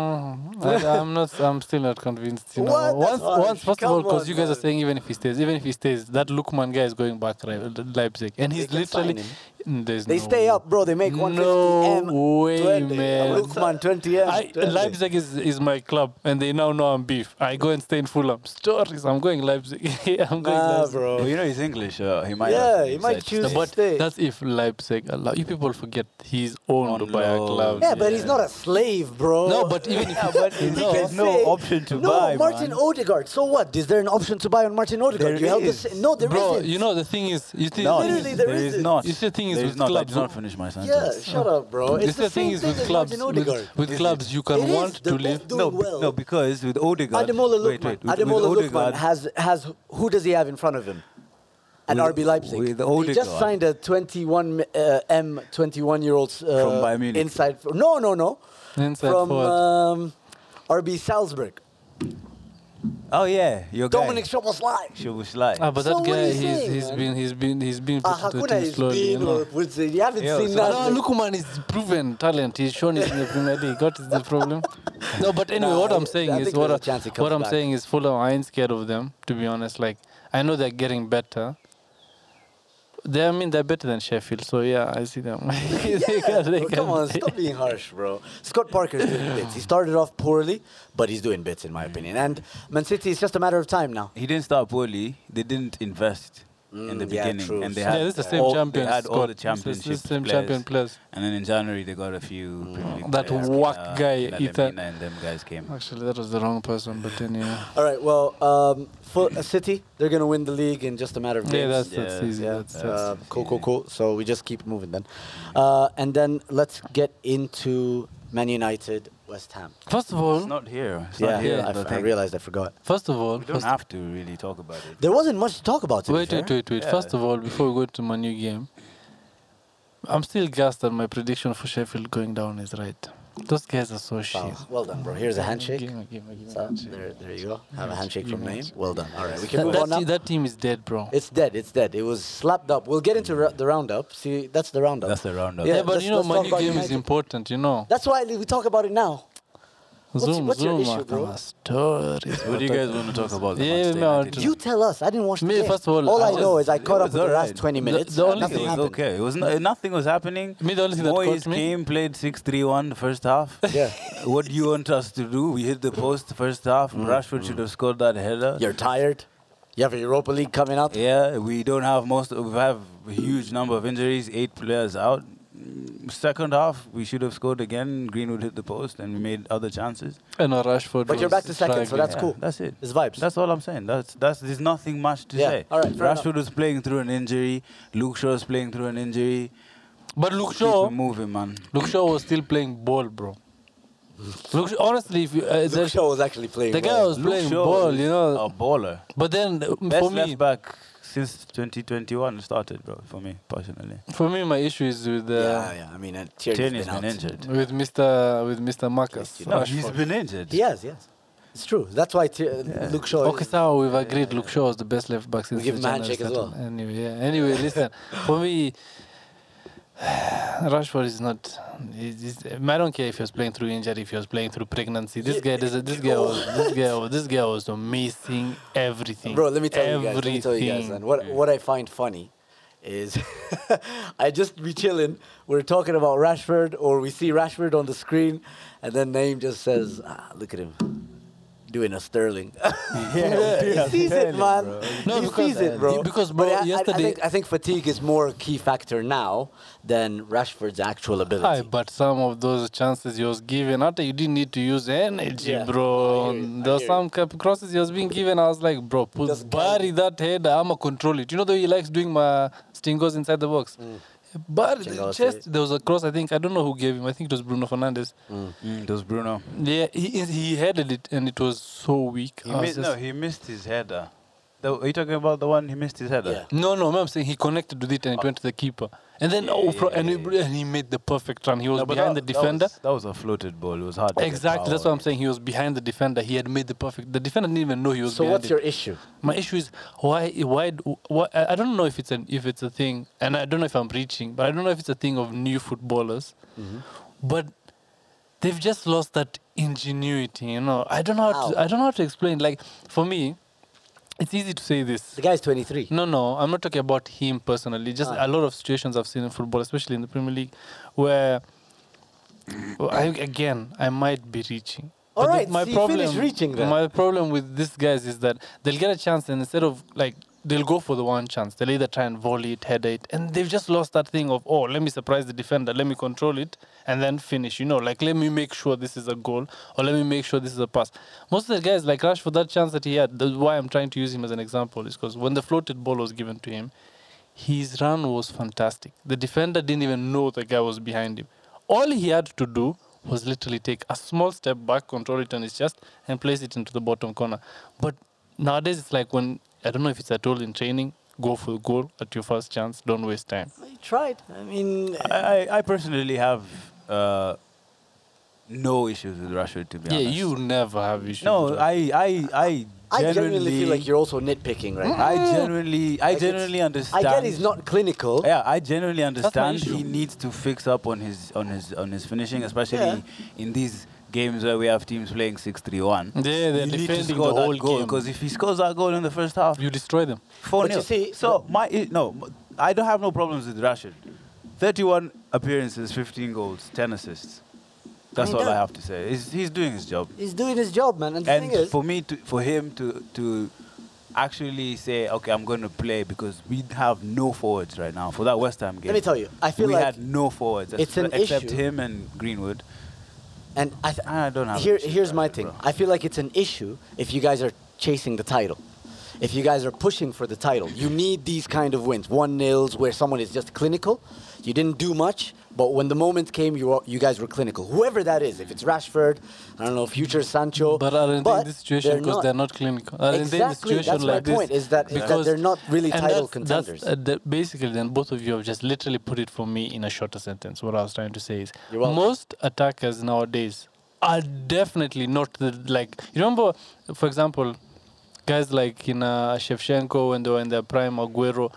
Speaker 2: I, I'm not. I'm still not convinced. You know,
Speaker 1: What? That's
Speaker 2: once, once,
Speaker 1: harsh.
Speaker 2: first of all,
Speaker 1: Come
Speaker 2: because you
Speaker 1: on,
Speaker 2: guys are
Speaker 1: man.
Speaker 2: saying even if he stays, even if he stays, that Lukman guy is going back to Le- Leipzig, and he's
Speaker 1: can sign
Speaker 2: literally. Mm, There's
Speaker 1: They
Speaker 2: no
Speaker 1: stay
Speaker 2: way.
Speaker 1: up, bro. They make 150 m.
Speaker 2: No way,
Speaker 1: 20.
Speaker 2: man.
Speaker 1: Lukman 20 m.
Speaker 2: I,
Speaker 1: 20.
Speaker 2: Leipzig is, is my club, and they now know I'm beef. I go and stay in Fulham. Stories. I'm going Leipzig. I'm going
Speaker 1: Nah,
Speaker 2: Leipzig.
Speaker 3: Well,
Speaker 1: bro.
Speaker 3: you know he's English. Uh, he might.
Speaker 1: Yeah,
Speaker 3: have
Speaker 1: he might
Speaker 3: decided to
Speaker 1: choose-
Speaker 3: stay.
Speaker 2: But
Speaker 1: Stay.
Speaker 2: that's if Leipzig allow you people forget he's owned
Speaker 3: On
Speaker 2: by a
Speaker 3: loan.
Speaker 2: club.
Speaker 1: Yeah, but he's not a slave, bro.
Speaker 2: No, but even if
Speaker 1: He can
Speaker 3: no, there's no
Speaker 1: say-
Speaker 3: option to
Speaker 1: no,
Speaker 3: buy,
Speaker 1: Martin
Speaker 3: man.
Speaker 1: Odegaard. So what? Is there an option to buy on Martin Odegaard?
Speaker 3: There
Speaker 1: you held
Speaker 3: is.
Speaker 1: this. No, there
Speaker 2: Bro,
Speaker 1: not
Speaker 2: you know the thing is, you think
Speaker 3: No,
Speaker 1: Literally, there
Speaker 3: there is
Speaker 1: isn't.
Speaker 3: not.
Speaker 2: You see, the thing is
Speaker 3: There
Speaker 2: with
Speaker 3: not. I
Speaker 2: clubs,
Speaker 3: did not
Speaker 2: who-
Speaker 3: finish my
Speaker 1: Yeah,
Speaker 3: sentence.
Speaker 1: shut up, bro. It's
Speaker 2: This the thing
Speaker 1: same
Speaker 2: is with
Speaker 1: as
Speaker 2: clubs.
Speaker 1: Martin Odegaard.
Speaker 2: With, with clubs, you can
Speaker 1: It is.
Speaker 2: want to
Speaker 1: They're
Speaker 2: live.
Speaker 1: both
Speaker 3: No,
Speaker 1: doing
Speaker 3: be-
Speaker 1: well.
Speaker 3: no, because with Odegaard.
Speaker 1: Ademola
Speaker 3: wait,
Speaker 1: Lookman.
Speaker 3: wait, with- with
Speaker 1: Ademola Lookman
Speaker 3: Odegaard-
Speaker 1: has has who does he have in front of him? At
Speaker 3: With-
Speaker 1: RB Leipzig.
Speaker 3: with
Speaker 1: he just
Speaker 3: Odegaard.
Speaker 1: signed a 21 uh, M 21 year old uh,
Speaker 3: From Bayern Munich.
Speaker 1: inside. For, no, no, no.
Speaker 2: Inside
Speaker 1: from
Speaker 2: forward.
Speaker 1: um, RB Salzburg.
Speaker 3: Oh yeah, your guy.
Speaker 1: Dominic Szoboszlai.
Speaker 3: Szoboszlai.
Speaker 2: Ah, but
Speaker 1: So
Speaker 2: that
Speaker 1: what are
Speaker 2: guy,
Speaker 1: you
Speaker 2: he's,
Speaker 1: saying,
Speaker 2: he's
Speaker 1: man?
Speaker 2: been he's been he's been put
Speaker 1: Ah,
Speaker 2: into the
Speaker 1: Hakuna
Speaker 2: team
Speaker 1: is
Speaker 2: slowly. You
Speaker 1: big,
Speaker 2: know.
Speaker 1: or would say- you haven't
Speaker 3: Yeah,
Speaker 1: seen
Speaker 3: so-
Speaker 2: No,
Speaker 1: nothing.
Speaker 2: Lukman is proven talent. He's shown it in the Premier League. What is the problem? No, but anyway,
Speaker 1: Nah,
Speaker 2: what
Speaker 1: I
Speaker 2: I'm saying
Speaker 1: think
Speaker 2: is
Speaker 1: there's
Speaker 2: what,
Speaker 1: a
Speaker 2: I-
Speaker 1: chance he
Speaker 2: what
Speaker 1: comes
Speaker 2: I'm
Speaker 1: back.
Speaker 2: saying is Fulham. I ain't scared of them, to be honest. Like I know they're getting better. They, I mean, they're better than Sheffield. So yeah, I see them. They
Speaker 1: Yeah,
Speaker 2: can- they
Speaker 1: bro,
Speaker 2: can
Speaker 1: come on,
Speaker 2: play.
Speaker 1: stop being harsh, bro. Scott Parker's doing bits. He started off poorly, but he's doing bits, in my opinion. And Man City is just a matter of time now.
Speaker 3: He didn't start poorly. They didn't invest in the
Speaker 1: Mm, yeah,
Speaker 3: beginning,
Speaker 1: true.
Speaker 3: and they
Speaker 1: Yeah,
Speaker 3: had
Speaker 2: yeah, this is the same
Speaker 3: all,
Speaker 2: champions.
Speaker 3: They had all
Speaker 2: squad.
Speaker 3: the
Speaker 2: This is
Speaker 3: championship
Speaker 2: the same
Speaker 3: players.
Speaker 2: champion players.
Speaker 3: And then in January they got a few.
Speaker 1: Mm.
Speaker 3: Premier League
Speaker 2: That
Speaker 3: players,
Speaker 2: whack
Speaker 3: Kina,
Speaker 2: guy,
Speaker 3: Kina
Speaker 2: Ethan.
Speaker 3: Lemina and them guys came.
Speaker 2: Actually, that was the wrong person. But anyway,
Speaker 1: All right, well, um, for uh, City, they're going to win the league in just a matter of days.
Speaker 2: yeah, that's that's
Speaker 3: Yeah,
Speaker 2: easy.
Speaker 1: Yeah,
Speaker 2: That's, that's
Speaker 1: uh, cool, cool,
Speaker 3: easy.
Speaker 1: cool. So we just keep moving then. Uh, and then let's get into Man United, West Ham.
Speaker 2: First of
Speaker 3: It's
Speaker 2: all,
Speaker 3: not here. It's
Speaker 1: Yeah,
Speaker 3: not here.
Speaker 1: I,
Speaker 3: the
Speaker 1: f- I
Speaker 3: thing.
Speaker 1: realized I forgot.
Speaker 2: first of all,
Speaker 3: We don't
Speaker 2: first
Speaker 3: have to really talk about it.
Speaker 1: There wasn't much to talk about. To be
Speaker 2: Wait, wait,
Speaker 1: fair.
Speaker 2: wait, wait.
Speaker 3: Yeah.
Speaker 2: First of all, before we go to my new game, I'm still gassed that my prediction for Sheffield going down is right. Those guys are so shit.
Speaker 1: Wow, Well done, bro. Here's a handshake.
Speaker 2: Give me- give me- give me
Speaker 1: So,
Speaker 2: handshake.
Speaker 1: there, there you go. Have a
Speaker 2: Yes,
Speaker 1: handshake from
Speaker 2: you
Speaker 1: Naeem.
Speaker 2: mentioned.
Speaker 1: Well done. All right, we can
Speaker 2: That,
Speaker 1: move
Speaker 2: that
Speaker 1: on now.
Speaker 2: te- that team is dead, bro.
Speaker 1: It's dead. It's dead. It was slapped up. We'll get into ra- the roundup. See, that's the roundup.
Speaker 3: That's the roundup.
Speaker 1: Yeah,
Speaker 2: yeah, but
Speaker 1: let's-
Speaker 2: you know,
Speaker 1: let's
Speaker 2: my
Speaker 1: talk
Speaker 2: new
Speaker 1: about
Speaker 2: game is
Speaker 1: United.
Speaker 2: important, you know.
Speaker 1: That's why we talk about it now. What's,
Speaker 2: Zoom,
Speaker 1: what's your
Speaker 2: zoom,
Speaker 1: issue, bro?
Speaker 2: Akama stories.
Speaker 4: What do you guys want to talk about? the
Speaker 2: Yeah,
Speaker 4: match
Speaker 2: we
Speaker 4: day?
Speaker 2: are
Speaker 4: I didn't-
Speaker 2: just-
Speaker 1: You tell us. I didn't watch the
Speaker 2: Me,
Speaker 1: game.
Speaker 2: first of all,
Speaker 1: all
Speaker 2: I
Speaker 1: I, know is
Speaker 2: just-
Speaker 1: I caught up
Speaker 3: was
Speaker 1: with the last
Speaker 3: alright.
Speaker 1: 20
Speaker 2: The-
Speaker 1: minutes.
Speaker 2: the only
Speaker 1: nothing
Speaker 2: thing-
Speaker 3: It was
Speaker 1: happened.
Speaker 3: okay. It was no, nothing was happening.
Speaker 2: Me, the only thing that
Speaker 3: Moyes
Speaker 2: caught me-
Speaker 3: came, played 6-3-1 first half.
Speaker 1: Yeah.
Speaker 3: what do you want us to do? We hit the post first half.
Speaker 1: Mm.
Speaker 3: Rashford should have scored that header.
Speaker 1: You're tired. You have a Europa League coming up.
Speaker 3: Yeah, we don't have most. We have a huge number of injuries. Eight players out. Mm, Second half, we should have scored again. Greenwood hit the post, and we made other chances.
Speaker 2: I know Rashford.
Speaker 1: But you're
Speaker 2: was
Speaker 1: back to second, so
Speaker 2: struggling.
Speaker 1: that's
Speaker 3: Yeah,
Speaker 1: cool.
Speaker 3: That's it.
Speaker 1: It's vibes.
Speaker 3: That's all I'm saying. That's that's. There's nothing much to
Speaker 1: Yeah,
Speaker 3: say.
Speaker 1: all right, fair enough.
Speaker 3: Rashford was playing through an injury. Luke Shaw was playing through an injury.
Speaker 2: But Luke
Speaker 3: Keep
Speaker 2: Shaw,
Speaker 3: it moving, man.
Speaker 2: Luke Shaw was still playing ball, bro. Luke, Shaw- honestly, if you, uh,
Speaker 1: The
Speaker 2: the,
Speaker 1: show was actually playing.
Speaker 2: the guy
Speaker 1: well.
Speaker 2: was uh,
Speaker 3: Luke
Speaker 2: playing
Speaker 3: Shaw
Speaker 2: ball,
Speaker 3: is
Speaker 2: you know.
Speaker 3: A baller.
Speaker 2: But then uh,
Speaker 3: Best
Speaker 2: for me,
Speaker 3: left back since 2021 started, bro. For me personally.
Speaker 2: for me, my issue is with
Speaker 1: yeah,
Speaker 2: uh,
Speaker 1: yeah. I mean, uh, Tierney's
Speaker 3: Tierney's been
Speaker 1: out.
Speaker 3: injured.
Speaker 2: with Mr. with Mr. Marcus.
Speaker 3: No, he's
Speaker 2: Rashford.
Speaker 3: been injured.
Speaker 1: He has, yes. It's true. That's why Tier- Luke Shaw.
Speaker 2: Okay, so we've agreed. Luke Shaw is the best left back since
Speaker 1: We give him a
Speaker 2: Cristiano
Speaker 1: handshake as
Speaker 2: started.
Speaker 1: well.
Speaker 2: Anyway, yeah. Anyway, listen. For me, Rashford is not. He's, he's- I don't care if he was playing through injury, if he was playing through pregnancy. This guy, this, this guy was, this guy, was- this guy was missing everything.
Speaker 1: Bro, let me tell
Speaker 2: everything.
Speaker 1: you guys. Let me tell you guys. Man. What what I find funny is I just be chilling. We're talking about Rashford, or we see Rashford on the screen, and then Naim just says, ah, "Look at him." Doing a Sterling, he sees it, man.
Speaker 2: No,
Speaker 1: he
Speaker 2: because-
Speaker 1: sees it, bro.
Speaker 2: because,
Speaker 1: But
Speaker 2: bro,
Speaker 1: I- I, I
Speaker 2: yesterday-
Speaker 1: think, I think fatigue is more a key factor now than Rashford's actual ability.
Speaker 2: Aye, but some of those chances he was given, after you didn't need to use energy,
Speaker 1: Yeah, I
Speaker 2: bro.
Speaker 1: hear you, I
Speaker 2: There were
Speaker 1: hear
Speaker 2: some cap- crosses he was being given. I was like, bro, put
Speaker 1: Just
Speaker 2: bury that head. I'ma control it. You know, though he likes doing my stingos inside the box. But
Speaker 1: Chingos,
Speaker 2: just
Speaker 1: eh?
Speaker 2: there was a cross. I think I don't know who gave him. I think it was Bruno Fernandez.
Speaker 3: Mm, does Bruno?
Speaker 2: Yeah, he he headed it and it was so weak.
Speaker 3: He
Speaker 2: I was
Speaker 3: missed, no,
Speaker 2: Oh, just-
Speaker 3: he missed his header. The, are you talking about the one he missed his header?
Speaker 2: No, no, I'm saying he connected with it and it went to the keeper. And then oh, fro- and, he, and he made the perfect run. He was
Speaker 3: No, but
Speaker 2: behind
Speaker 3: that-
Speaker 2: the defender.
Speaker 3: That was, that was a floated ball. It was hard. to get
Speaker 2: Exactly.
Speaker 1: uh,
Speaker 2: That's what I'm
Speaker 3: fouled.
Speaker 2: saying. He was behind the defender. He had made the perfect. The defender didn't even know he was.
Speaker 1: so
Speaker 2: behind
Speaker 1: what's
Speaker 2: it.
Speaker 1: your issue?
Speaker 2: My issue is why? Why? d- why I I don't know if it's an if it's a thing, and I don't know if I'm preaching, but I don't know if it's a thing of new footballers,
Speaker 1: Mm-hmm.
Speaker 2: but they've just lost that ingenuity. You know, I don't know. How to,
Speaker 1: How?
Speaker 2: I don't know how to explain. Like for me, it's easy to say this.
Speaker 1: The guy's 23.
Speaker 2: No, no, I'm not talking about him personally. Just
Speaker 1: Ah.
Speaker 2: a lot of situations I've seen in football, especially in the Premier League, where well, I, again I might be reaching.
Speaker 1: All
Speaker 2: But the-
Speaker 1: right, see, finish reaching then.
Speaker 2: My problem with these guys is that they'll get a chance and instead of like they'll go for the one chance, they'll either try and volley it, head it, and they've just lost that thing of oh, let me surprise the defender, let me control it, and then finish. You know, like let me make sure this is a goal or let me make sure this is a pass. Most of the guys like Rush for that chance that he had. That's why I'm trying to use him as an example is because when the floated ball was given to him, his run was fantastic. The defender didn't even know the guy was behind him. All he had to do was literally take a small step back, control it on his chest, and place it into the bottom corner. But nowadays, it's like when I don't know if it's at all in training, go for the goal at your first chance, don't waste time.
Speaker 1: He tried. I mean,
Speaker 3: I, I, I personally have uh, no issues with Rashford, to be
Speaker 2: Yeah,
Speaker 3: honest.
Speaker 2: you never have issues.
Speaker 3: No,
Speaker 2: with
Speaker 3: I, I, I,
Speaker 1: I
Speaker 3: genuinely,
Speaker 1: genuinely feel like you're also nitpicking right now.
Speaker 3: I genuinely, I
Speaker 1: Like, it's-
Speaker 3: genuinely
Speaker 1: I
Speaker 3: understand.
Speaker 1: get he's not clinical.
Speaker 3: Yeah, I genuinely understand
Speaker 2: issue.
Speaker 3: he needs to fix up on his on his on his finishing, especially
Speaker 1: Yeah.
Speaker 3: in these games where we have teams playing 6-3-1.
Speaker 2: Yeah, they're
Speaker 3: You need to
Speaker 2: defending the
Speaker 3: score that
Speaker 2: whole
Speaker 3: goal
Speaker 2: game.
Speaker 3: because if he scores that goal in the first half,
Speaker 2: you destroy them.
Speaker 3: four
Speaker 1: But you
Speaker 3: nil.
Speaker 1: see-
Speaker 3: So my i- no, I don't have no problems with Rashid. Thirty-one appearances, fifteen goals, ten assists. That's
Speaker 1: mean,
Speaker 3: all I
Speaker 1: that-
Speaker 3: have to say. He's, he's doing his job.
Speaker 1: He's doing his job, man. And the
Speaker 3: And
Speaker 1: thing is,
Speaker 3: for me, to, for him to to actually say, okay, I'm going to play because we have no forwards right now for that West Ham game.
Speaker 1: let me tell you, I feel
Speaker 3: we
Speaker 1: like,
Speaker 3: had no forwards ex-
Speaker 1: it's an
Speaker 3: except
Speaker 1: issue.
Speaker 3: him and Greenwood.
Speaker 1: and I, th-
Speaker 3: I don't have. an
Speaker 1: here,
Speaker 3: issue with
Speaker 1: here's my
Speaker 3: Rashford,
Speaker 1: thing.
Speaker 3: bro.
Speaker 1: I feel like it's an issue if you guys are chasing the title. If you guys are pushing for the title, you need these kind of wins. One nils where someone is just clinical. You didn't do much, but when the moment came, you were, you guys were clinical. Whoever that is, if it's Rashford, I don't know, future Sancho.
Speaker 2: But I don't think this situation
Speaker 1: they're
Speaker 2: because
Speaker 1: not-
Speaker 2: they're not clinical. I don't think this
Speaker 1: Exactly,
Speaker 2: situation
Speaker 1: that's my
Speaker 2: like this
Speaker 1: point, is that- is that they're not really
Speaker 2: and
Speaker 1: title
Speaker 2: that's- that's,
Speaker 1: contenders.
Speaker 2: uh, the- basically, then both of you have just literally put it for me in a shorter sentence. What I was trying to say is
Speaker 1: You're welcome.
Speaker 2: most attackers nowadays are definitely not the like. You remember, for example, guys like in uh, Shevchenko when they were in their prime, Aguero.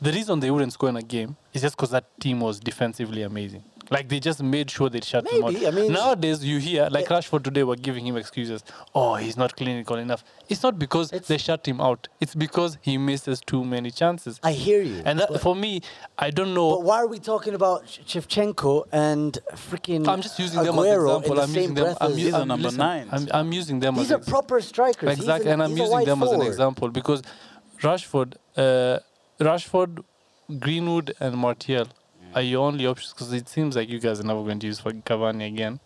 Speaker 2: The reason they wouldn't score in a game is just because that team was defensively amazing. Like they just made sure they shut
Speaker 1: Maybe,
Speaker 2: him
Speaker 1: I
Speaker 2: out.
Speaker 1: mean-
Speaker 2: Nowadays, you hear like
Speaker 1: Yeah.
Speaker 2: Rashford today were giving him excuses. Oh, he's not clinical enough. It's not because
Speaker 1: It's-
Speaker 2: they shut him out. It's because he misses too many chances.
Speaker 1: I hear you.
Speaker 2: and that, for me, I don't know.
Speaker 1: But why are we talking about Sh- Shevchenko and freaking
Speaker 2: I'm just using them as an
Speaker 1: Aguero
Speaker 2: example.
Speaker 1: in the
Speaker 2: I'm
Speaker 1: same
Speaker 2: using them.
Speaker 1: breath
Speaker 2: I'm,
Speaker 1: as-
Speaker 2: u-
Speaker 3: These are
Speaker 2: I'm
Speaker 3: number
Speaker 2: listen,
Speaker 3: nines.
Speaker 2: I'm, I'm using them.
Speaker 1: These
Speaker 2: as
Speaker 1: are
Speaker 2: ex-
Speaker 1: proper strikers. He's
Speaker 2: Exactly,
Speaker 1: an-
Speaker 2: and I'm
Speaker 1: he's a
Speaker 2: using
Speaker 1: wide
Speaker 2: them as an
Speaker 1: forward.
Speaker 2: example because Rashford, uh, Rashford, Greenwood, and Martial are your only options because it seems like you guys are never going to use for Cavani again.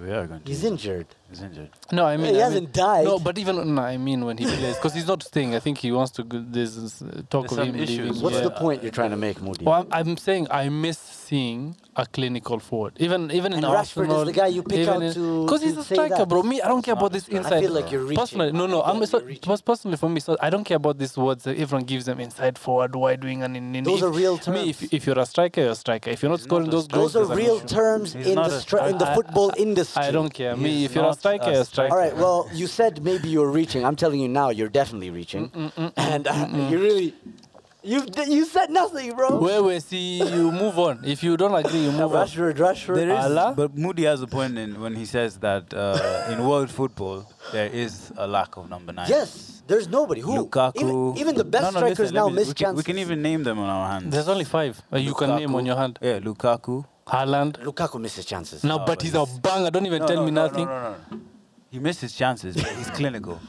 Speaker 3: We are going to.
Speaker 1: He's injured.
Speaker 3: He's injured.
Speaker 2: No, I
Speaker 1: Yeah,
Speaker 2: mean
Speaker 1: he
Speaker 2: I
Speaker 1: hasn't
Speaker 2: mean-
Speaker 1: died.
Speaker 2: No, but even no, I mean when he plays because he's not staying. I think he wants to. Go, there's this, uh, talk
Speaker 3: There's
Speaker 2: of
Speaker 3: some
Speaker 2: him
Speaker 3: issues.
Speaker 2: leaving.
Speaker 1: What's
Speaker 2: yeah.
Speaker 1: the point you're trying to make, Moody?
Speaker 2: Well, I'm, I'm saying I miss seeing a clinical forward. Even even in
Speaker 1: And Rashford is
Speaker 2: Arsenal,
Speaker 1: the guy you pick out to-
Speaker 2: because he's
Speaker 1: to
Speaker 2: a
Speaker 1: say
Speaker 2: striker,
Speaker 1: that.
Speaker 2: bro. Me, I don't care
Speaker 3: not
Speaker 2: about
Speaker 3: a
Speaker 2: this
Speaker 3: striker.
Speaker 2: inside.
Speaker 1: I feel like you're reaching.
Speaker 2: Personally, no, no.
Speaker 1: I feel
Speaker 2: I'm
Speaker 1: like
Speaker 2: it's not-
Speaker 1: you're reaching.
Speaker 2: pers- personally for me. So I don't care about these words that everyone gives them inside forward, wide wing, and in. in
Speaker 1: Those
Speaker 2: if,
Speaker 1: are real
Speaker 2: Me, if,
Speaker 1: terms.
Speaker 2: if you're a striker, you're a striker. If you're not
Speaker 3: He's not
Speaker 2: scoring
Speaker 3: a
Speaker 2: those
Speaker 3: striker.
Speaker 2: goals,
Speaker 1: Those are
Speaker 2: there's an
Speaker 1: real
Speaker 2: issue.
Speaker 1: terms
Speaker 3: He's
Speaker 1: in
Speaker 3: not
Speaker 1: the
Speaker 3: a
Speaker 1: stri- in the
Speaker 2: I- I-
Speaker 1: football industry.
Speaker 2: I don't care. uh,
Speaker 3: He's
Speaker 2: Me, if you're a
Speaker 3: not a
Speaker 2: striker, you're a
Speaker 3: striker.
Speaker 2: striker.
Speaker 1: All right. Well, you said maybe you're reaching. I'm telling you now, you're definitely reaching,
Speaker 2: Mm,
Speaker 1: and uh, you really, you you said nothing, bro.
Speaker 2: Wait, wait. See, you move on. If you don't agree, you move on.
Speaker 1: Rashford, Rashford.
Speaker 3: There is,
Speaker 2: Allah?
Speaker 3: but Moody has a point in, when he says that uh, in world football there is a lack of number nine.
Speaker 1: Uh, Yes, there's nobody who
Speaker 3: Lukaku.
Speaker 1: Even, even the best
Speaker 3: No, no,
Speaker 1: strikers
Speaker 3: listen, let
Speaker 1: now
Speaker 3: me-
Speaker 1: miss
Speaker 3: we can,
Speaker 1: chances.
Speaker 3: We can even name them on our hands.
Speaker 2: There's only five uh, you can name on
Speaker 3: Lukaku.
Speaker 2: your hand.
Speaker 3: Yeah, Lukaku.
Speaker 2: Haaland.
Speaker 1: Lukaku misses chances.
Speaker 2: No,
Speaker 3: No,
Speaker 2: but
Speaker 3: but
Speaker 2: he's a
Speaker 3: he's-
Speaker 2: banger. Don't even
Speaker 3: No,
Speaker 2: tell
Speaker 3: no,
Speaker 2: me
Speaker 3: no, no,
Speaker 2: nothing.
Speaker 3: no, no, no. He missed his chances, but he's clinical.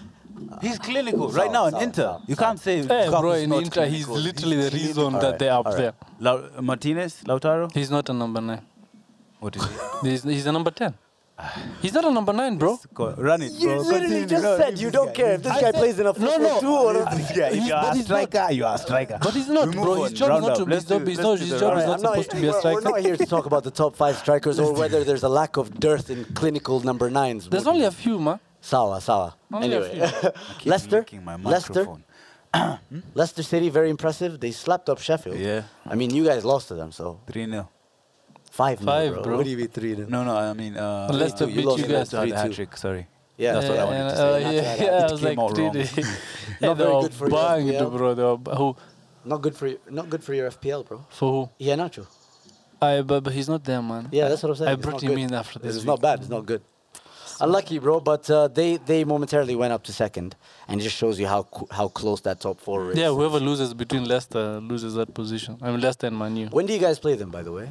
Speaker 3: He's clinical right now in
Speaker 1: sound,
Speaker 3: Inter.
Speaker 1: sound,
Speaker 3: you can't say
Speaker 2: Hey,
Speaker 3: Lukaku's
Speaker 2: Eh, bro, in
Speaker 3: not
Speaker 2: Inter, he's
Speaker 3: clinical.
Speaker 2: literally the
Speaker 3: clinical.
Speaker 2: reason
Speaker 1: Alright,
Speaker 2: that they're up
Speaker 1: alright.
Speaker 2: there.
Speaker 3: Lau- Martinez, Lautaro.
Speaker 2: He's not a number nine.
Speaker 3: What is he?
Speaker 2: He's, he's a number 10. He's not a number nine, bro.
Speaker 3: Go- Run it,
Speaker 1: You
Speaker 3: bro.
Speaker 1: literally
Speaker 3: Continue.
Speaker 1: just
Speaker 3: No,
Speaker 1: said
Speaker 3: leave
Speaker 1: you
Speaker 3: this
Speaker 1: don't
Speaker 3: guy.
Speaker 1: care if this
Speaker 2: I
Speaker 1: guy
Speaker 2: said-
Speaker 1: plays in a
Speaker 2: No,
Speaker 1: football
Speaker 2: no.
Speaker 1: two or not this guy.
Speaker 2: He's-
Speaker 3: If you are
Speaker 2: but
Speaker 3: a
Speaker 2: he's not-
Speaker 3: striker, you are a striker.
Speaker 2: But he's not,
Speaker 3: We move
Speaker 2: bro.
Speaker 3: on.
Speaker 2: His job is
Speaker 3: Round
Speaker 2: not
Speaker 3: up.
Speaker 2: to.
Speaker 3: Let's
Speaker 2: His job,
Speaker 3: do-
Speaker 2: his
Speaker 3: let's
Speaker 2: job,
Speaker 3: do
Speaker 2: his job
Speaker 3: the
Speaker 2: is
Speaker 3: round
Speaker 1: Alright,
Speaker 2: not
Speaker 1: I'm not,
Speaker 2: supposed to be a
Speaker 1: we're, we're
Speaker 2: striker.
Speaker 1: not here to talk about the top five strikers or whether there's a lack of dearth in clinical number nines.
Speaker 2: There's only a few, man.
Speaker 1: Sawa, Sawa.
Speaker 2: Only a
Speaker 1: Anyway,
Speaker 3: Keep
Speaker 1: Leicester,
Speaker 3: licking my
Speaker 1: Leicester,
Speaker 3: microphone.
Speaker 1: Leicester City, very impressive. They slapped up Sheffield.
Speaker 3: Yeah.
Speaker 1: I mean, you guys lost to them, so
Speaker 3: 3 0.
Speaker 1: five.
Speaker 2: Five,
Speaker 1: bro.
Speaker 2: bro.
Speaker 1: What do you mean three? No.
Speaker 3: No, no, I mean. Uh,
Speaker 2: Leicester
Speaker 3: uh,
Speaker 2: beat
Speaker 1: lost
Speaker 2: you guys.
Speaker 1: Leicester.
Speaker 3: had a
Speaker 1: 3-2.
Speaker 3: hat trick, sorry.
Speaker 1: Yeah.
Speaker 3: That's what I wanted to
Speaker 2: Yeah,
Speaker 3: say.
Speaker 1: Not bad.
Speaker 2: yeah, yeah, uh, yeah,
Speaker 1: It
Speaker 2: I was
Speaker 3: came
Speaker 2: like,
Speaker 3: out wrong.
Speaker 2: did it?
Speaker 1: Not
Speaker 2: they
Speaker 1: very
Speaker 2: were
Speaker 1: good for your
Speaker 2: banged,
Speaker 1: FPL.
Speaker 2: bro. They were, b- who?
Speaker 1: Not good for you. Not good for your FPL, bro.
Speaker 2: For who?
Speaker 1: Yeah, Nacho.
Speaker 2: I, but, but he's not there, man.
Speaker 1: Yeah, that's what I'm saying.
Speaker 2: I
Speaker 1: It's
Speaker 2: brought
Speaker 1: not
Speaker 2: him
Speaker 1: good.
Speaker 2: in after this.
Speaker 1: It's
Speaker 2: week.
Speaker 1: not bad. It's not good. Unlucky, bro. But uh, they they momentarily went up to second, and it just shows you how co- how close that top four is.
Speaker 2: Yeah, whoever loses between Leicester loses that position. I mean, Leicester and Manu.
Speaker 1: When do you guys play them, by the way?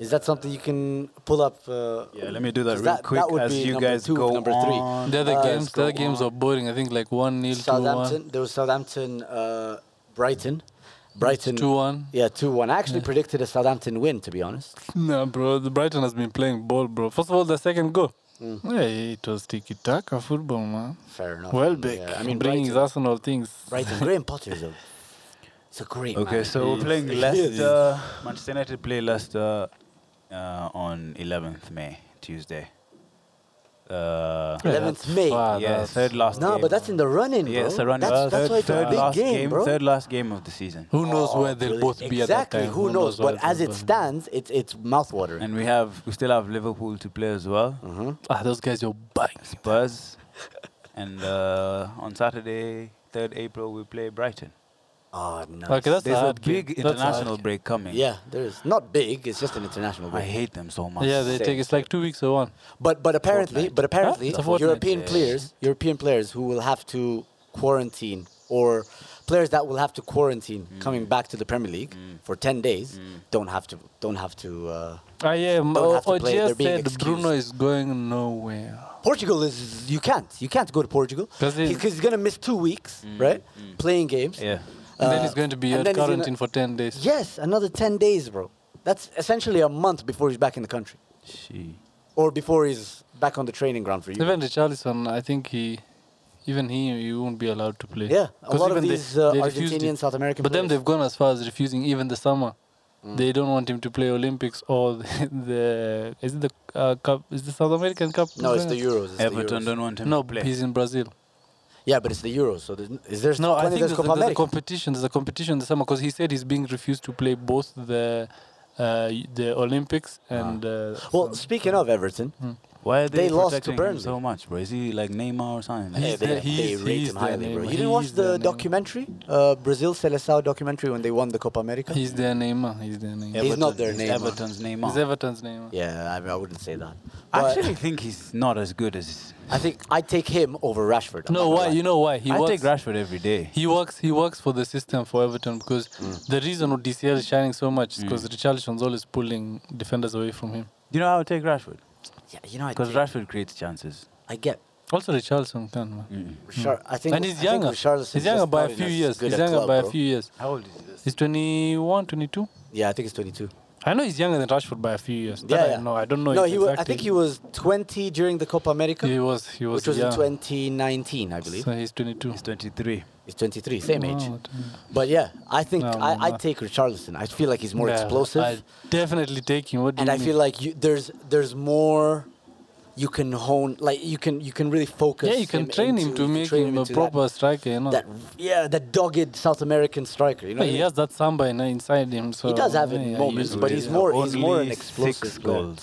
Speaker 1: Is that something you can pull up? Uh,
Speaker 3: Yeah, let me do that
Speaker 1: 'cause
Speaker 3: real quick
Speaker 1: would
Speaker 3: as
Speaker 1: be
Speaker 3: you
Speaker 1: number
Speaker 3: guys
Speaker 1: two,
Speaker 3: go
Speaker 1: number three.
Speaker 3: on. uh,
Speaker 2: The other
Speaker 1: Uh,
Speaker 2: games, the
Speaker 1: let's
Speaker 2: other
Speaker 1: go
Speaker 2: games
Speaker 1: on.
Speaker 2: are boring. I think like one 0 two one.
Speaker 1: Southampton. There was Southampton, uh, Brighton, Brighton.
Speaker 2: 2-1.
Speaker 1: Yeah, two one. I actually predicted a Southampton win, to be honest.
Speaker 2: Nah, bro. The Brighton has been playing ball, bro. First of all, the second goal.
Speaker 1: Mm.
Speaker 2: Yeah, it was tiki taka football, man.
Speaker 1: Fair enough.
Speaker 2: Well,
Speaker 1: big.
Speaker 2: big.
Speaker 1: Oh, I mean,
Speaker 2: bringing his
Speaker 1: Brighton.
Speaker 2: Arsenal things.
Speaker 1: Brighton. Graham Potter is a. It's a great.
Speaker 3: Okay,
Speaker 1: man.
Speaker 3: so we're playing Leicester. Manchester United play Leicester uh, on 11th May, Tuesday. Uh,
Speaker 2: Yeah,
Speaker 1: 11th
Speaker 2: that's
Speaker 1: May.
Speaker 2: far,
Speaker 3: yeah,
Speaker 2: that's-
Speaker 3: third last
Speaker 1: No,
Speaker 3: game.
Speaker 1: but Ah, that's in the running, bro.
Speaker 3: Yeah, it's a run-
Speaker 1: That's,
Speaker 3: uh,
Speaker 1: that's
Speaker 3: third,
Speaker 1: why it's
Speaker 3: third
Speaker 1: a big
Speaker 3: last
Speaker 1: game, bro.
Speaker 3: Third last game of the season.
Speaker 2: Who knows
Speaker 1: Oh,
Speaker 2: where they'll
Speaker 1: brilliant.
Speaker 2: both be at that
Speaker 1: exactly.
Speaker 2: time?
Speaker 1: Who, knows?
Speaker 2: where
Speaker 1: But as
Speaker 2: they'll
Speaker 1: it
Speaker 2: both be.
Speaker 1: stands, it's it's mouthwatering.
Speaker 3: And we have, we still have Liverpool to play as well.
Speaker 1: Mm-hmm.
Speaker 2: ah, those guys are bang.
Speaker 3: Spurs. and uh, on Saturday, 3rd April, we play Brighton.
Speaker 1: Oh no.
Speaker 2: Okay, that's
Speaker 3: There's
Speaker 2: a
Speaker 3: a
Speaker 2: hard game.
Speaker 3: big
Speaker 2: That's a hard
Speaker 3: international
Speaker 2: game.
Speaker 3: break coming.
Speaker 1: yeah, there is not big. It's just an international
Speaker 3: I
Speaker 1: break.
Speaker 3: hate them so much.
Speaker 2: Yeah, they
Speaker 1: Same.
Speaker 2: take. It's like two weeks or one.
Speaker 1: But but apparently,
Speaker 3: Fortnite.
Speaker 1: but apparently,
Speaker 2: It's a fortnight.
Speaker 1: European
Speaker 3: Yeah.
Speaker 1: players, European players who will have to quarantine or players that will have to quarantine
Speaker 2: Hmm.
Speaker 1: coming back to the Premier League for 10 days don't have to don't have to uh,
Speaker 2: Ah, yeah. m-
Speaker 1: Don't have to play, they're
Speaker 2: Ogier
Speaker 1: being
Speaker 2: said Bruno
Speaker 1: excused.
Speaker 2: is going nowhere.
Speaker 1: Portugal is you can't. You can't go to Portugal
Speaker 2: 'Cause it-
Speaker 1: because he's going to miss 2 weeks, right? Playing games.
Speaker 3: Yeah.
Speaker 2: Hmm. And then
Speaker 1: Uh,
Speaker 2: he's going to be
Speaker 1: and
Speaker 2: at
Speaker 1: then he's gonna-
Speaker 2: quarantine for ten days.
Speaker 1: Yes, another 10 days, bro. That's essentially a month before he's back in the country
Speaker 3: She.
Speaker 1: or before he's back on the training ground for you.
Speaker 2: Even Richarlison, I think he, even he, he won't be allowed to play.
Speaker 1: Yeah, a
Speaker 2: 'Cause
Speaker 1: lot of
Speaker 2: even
Speaker 1: these, uh,
Speaker 2: refused it.
Speaker 1: Argentinian, South American
Speaker 2: But then
Speaker 1: players.
Speaker 2: they've gone as far as refusing even the summer.
Speaker 1: Mm.
Speaker 2: They don't want him to play Olympics or the, the is it the uh, cup? Is the South American cup?
Speaker 1: No, it's the
Speaker 2: Euros.
Speaker 1: Euros. It's the
Speaker 3: Everton
Speaker 1: Euros.
Speaker 3: don't want him
Speaker 2: No,
Speaker 3: to play.
Speaker 2: he's in Brazil.
Speaker 1: Yeah, but it's the Euros. So there's, n- is there
Speaker 2: No, I
Speaker 1: 20
Speaker 2: think
Speaker 1: there's
Speaker 2: there's, a,
Speaker 1: Copa
Speaker 2: there's a
Speaker 1: America?
Speaker 2: competition. There's a competition in the summer because he said he's being refused to play
Speaker 1: Ah.
Speaker 2: both the uh, the Olympics and uh,
Speaker 1: Well, speaking of Everton,
Speaker 3: Why are they,
Speaker 1: They lost to
Speaker 3: protecting him
Speaker 1: Burnley.
Speaker 3: so much, bro? Is he like Neymar or something?
Speaker 1: Yeah,
Speaker 2: He's
Speaker 1: eh, they, they
Speaker 2: the- he's-
Speaker 1: rate
Speaker 2: he's
Speaker 1: him
Speaker 2: the
Speaker 1: highly, bro.
Speaker 2: Neymar.
Speaker 1: You didn't
Speaker 2: He's
Speaker 1: watch
Speaker 2: the
Speaker 1: the
Speaker 2: Neymar.
Speaker 1: documentary, uh, Brazil Seleção documentary when they won the Copa America?
Speaker 2: He's their Neymar. He's their Neymar.
Speaker 1: Yeah, He's not their
Speaker 3: he's
Speaker 1: Neymar.
Speaker 3: Everton's Neymar.
Speaker 2: He's Everton's Neymar.
Speaker 1: Yeah, I, mean, I wouldn't say that.
Speaker 3: I
Speaker 1: But
Speaker 3: actually think he's not as good as.
Speaker 1: I think I'd take him over Rashford. I'm not
Speaker 2: No,
Speaker 1: gonna
Speaker 2: why?
Speaker 1: lie.
Speaker 2: You know why? He
Speaker 3: I
Speaker 2: works.
Speaker 3: take Rashford every day.
Speaker 2: he works. He works for the system for Everton because
Speaker 1: Mm.
Speaker 2: the reason DCL is shining so much is because Richarlison's always pulling defenders away from him.
Speaker 3: You know, I would take Rashford
Speaker 1: Yeah, you know, I,
Speaker 3: because Rashford creates chances.
Speaker 1: I get.
Speaker 2: Also, Richarlison can man.
Speaker 1: Richar- I think
Speaker 2: Hmm. and
Speaker 1: I
Speaker 2: he's
Speaker 1: think
Speaker 2: younger.
Speaker 1: Richarlison's
Speaker 2: He's younger
Speaker 1: just
Speaker 2: by
Speaker 1: not
Speaker 2: a
Speaker 1: in
Speaker 2: few
Speaker 1: as
Speaker 2: years.
Speaker 1: good
Speaker 2: He's
Speaker 1: a
Speaker 2: younger
Speaker 1: club,
Speaker 2: by
Speaker 1: bro.
Speaker 2: a few years.
Speaker 3: How old is
Speaker 2: He's 21, 22.
Speaker 1: Yeah, I think he's 22.
Speaker 2: I know he's younger than Rashford by a few years. That
Speaker 1: Yeah,
Speaker 2: I
Speaker 1: yeah.
Speaker 2: know. I don't know.
Speaker 1: No,
Speaker 2: his
Speaker 1: he was, I
Speaker 2: exact
Speaker 1: think
Speaker 2: age.
Speaker 1: he was 20 during the Copa America,
Speaker 2: He was. He was.
Speaker 1: which was in
Speaker 2: young.
Speaker 1: 2019, I believe.
Speaker 2: So he's 22.
Speaker 3: He's 23.
Speaker 1: He's 23, same age.
Speaker 2: Wow, damn.
Speaker 1: But yeah, I think
Speaker 2: No,
Speaker 1: I,
Speaker 2: no, no.
Speaker 1: I'd take Richarlison. I feel like he's more
Speaker 2: Yeah,
Speaker 1: explosive,
Speaker 2: I definitely take him. What do
Speaker 1: and
Speaker 2: you
Speaker 1: I
Speaker 2: mean?
Speaker 1: feel like you, there's there's more. You can hone, like you can you can really focus.
Speaker 2: yeah, you can train him
Speaker 1: into-
Speaker 2: to
Speaker 1: you can
Speaker 2: make
Speaker 1: train
Speaker 2: him a
Speaker 1: into that-
Speaker 2: proper striker. You know,
Speaker 1: That, yeah, that dogged South American striker. You know,
Speaker 2: Yeah, he has that samba in, uh, inside him. So
Speaker 1: He does have it in
Speaker 2: yeah,
Speaker 1: moments,
Speaker 2: he's
Speaker 1: but
Speaker 2: good.
Speaker 1: he's more- he's
Speaker 3: Only
Speaker 1: more an explosive
Speaker 3: six
Speaker 1: player.
Speaker 3: goals.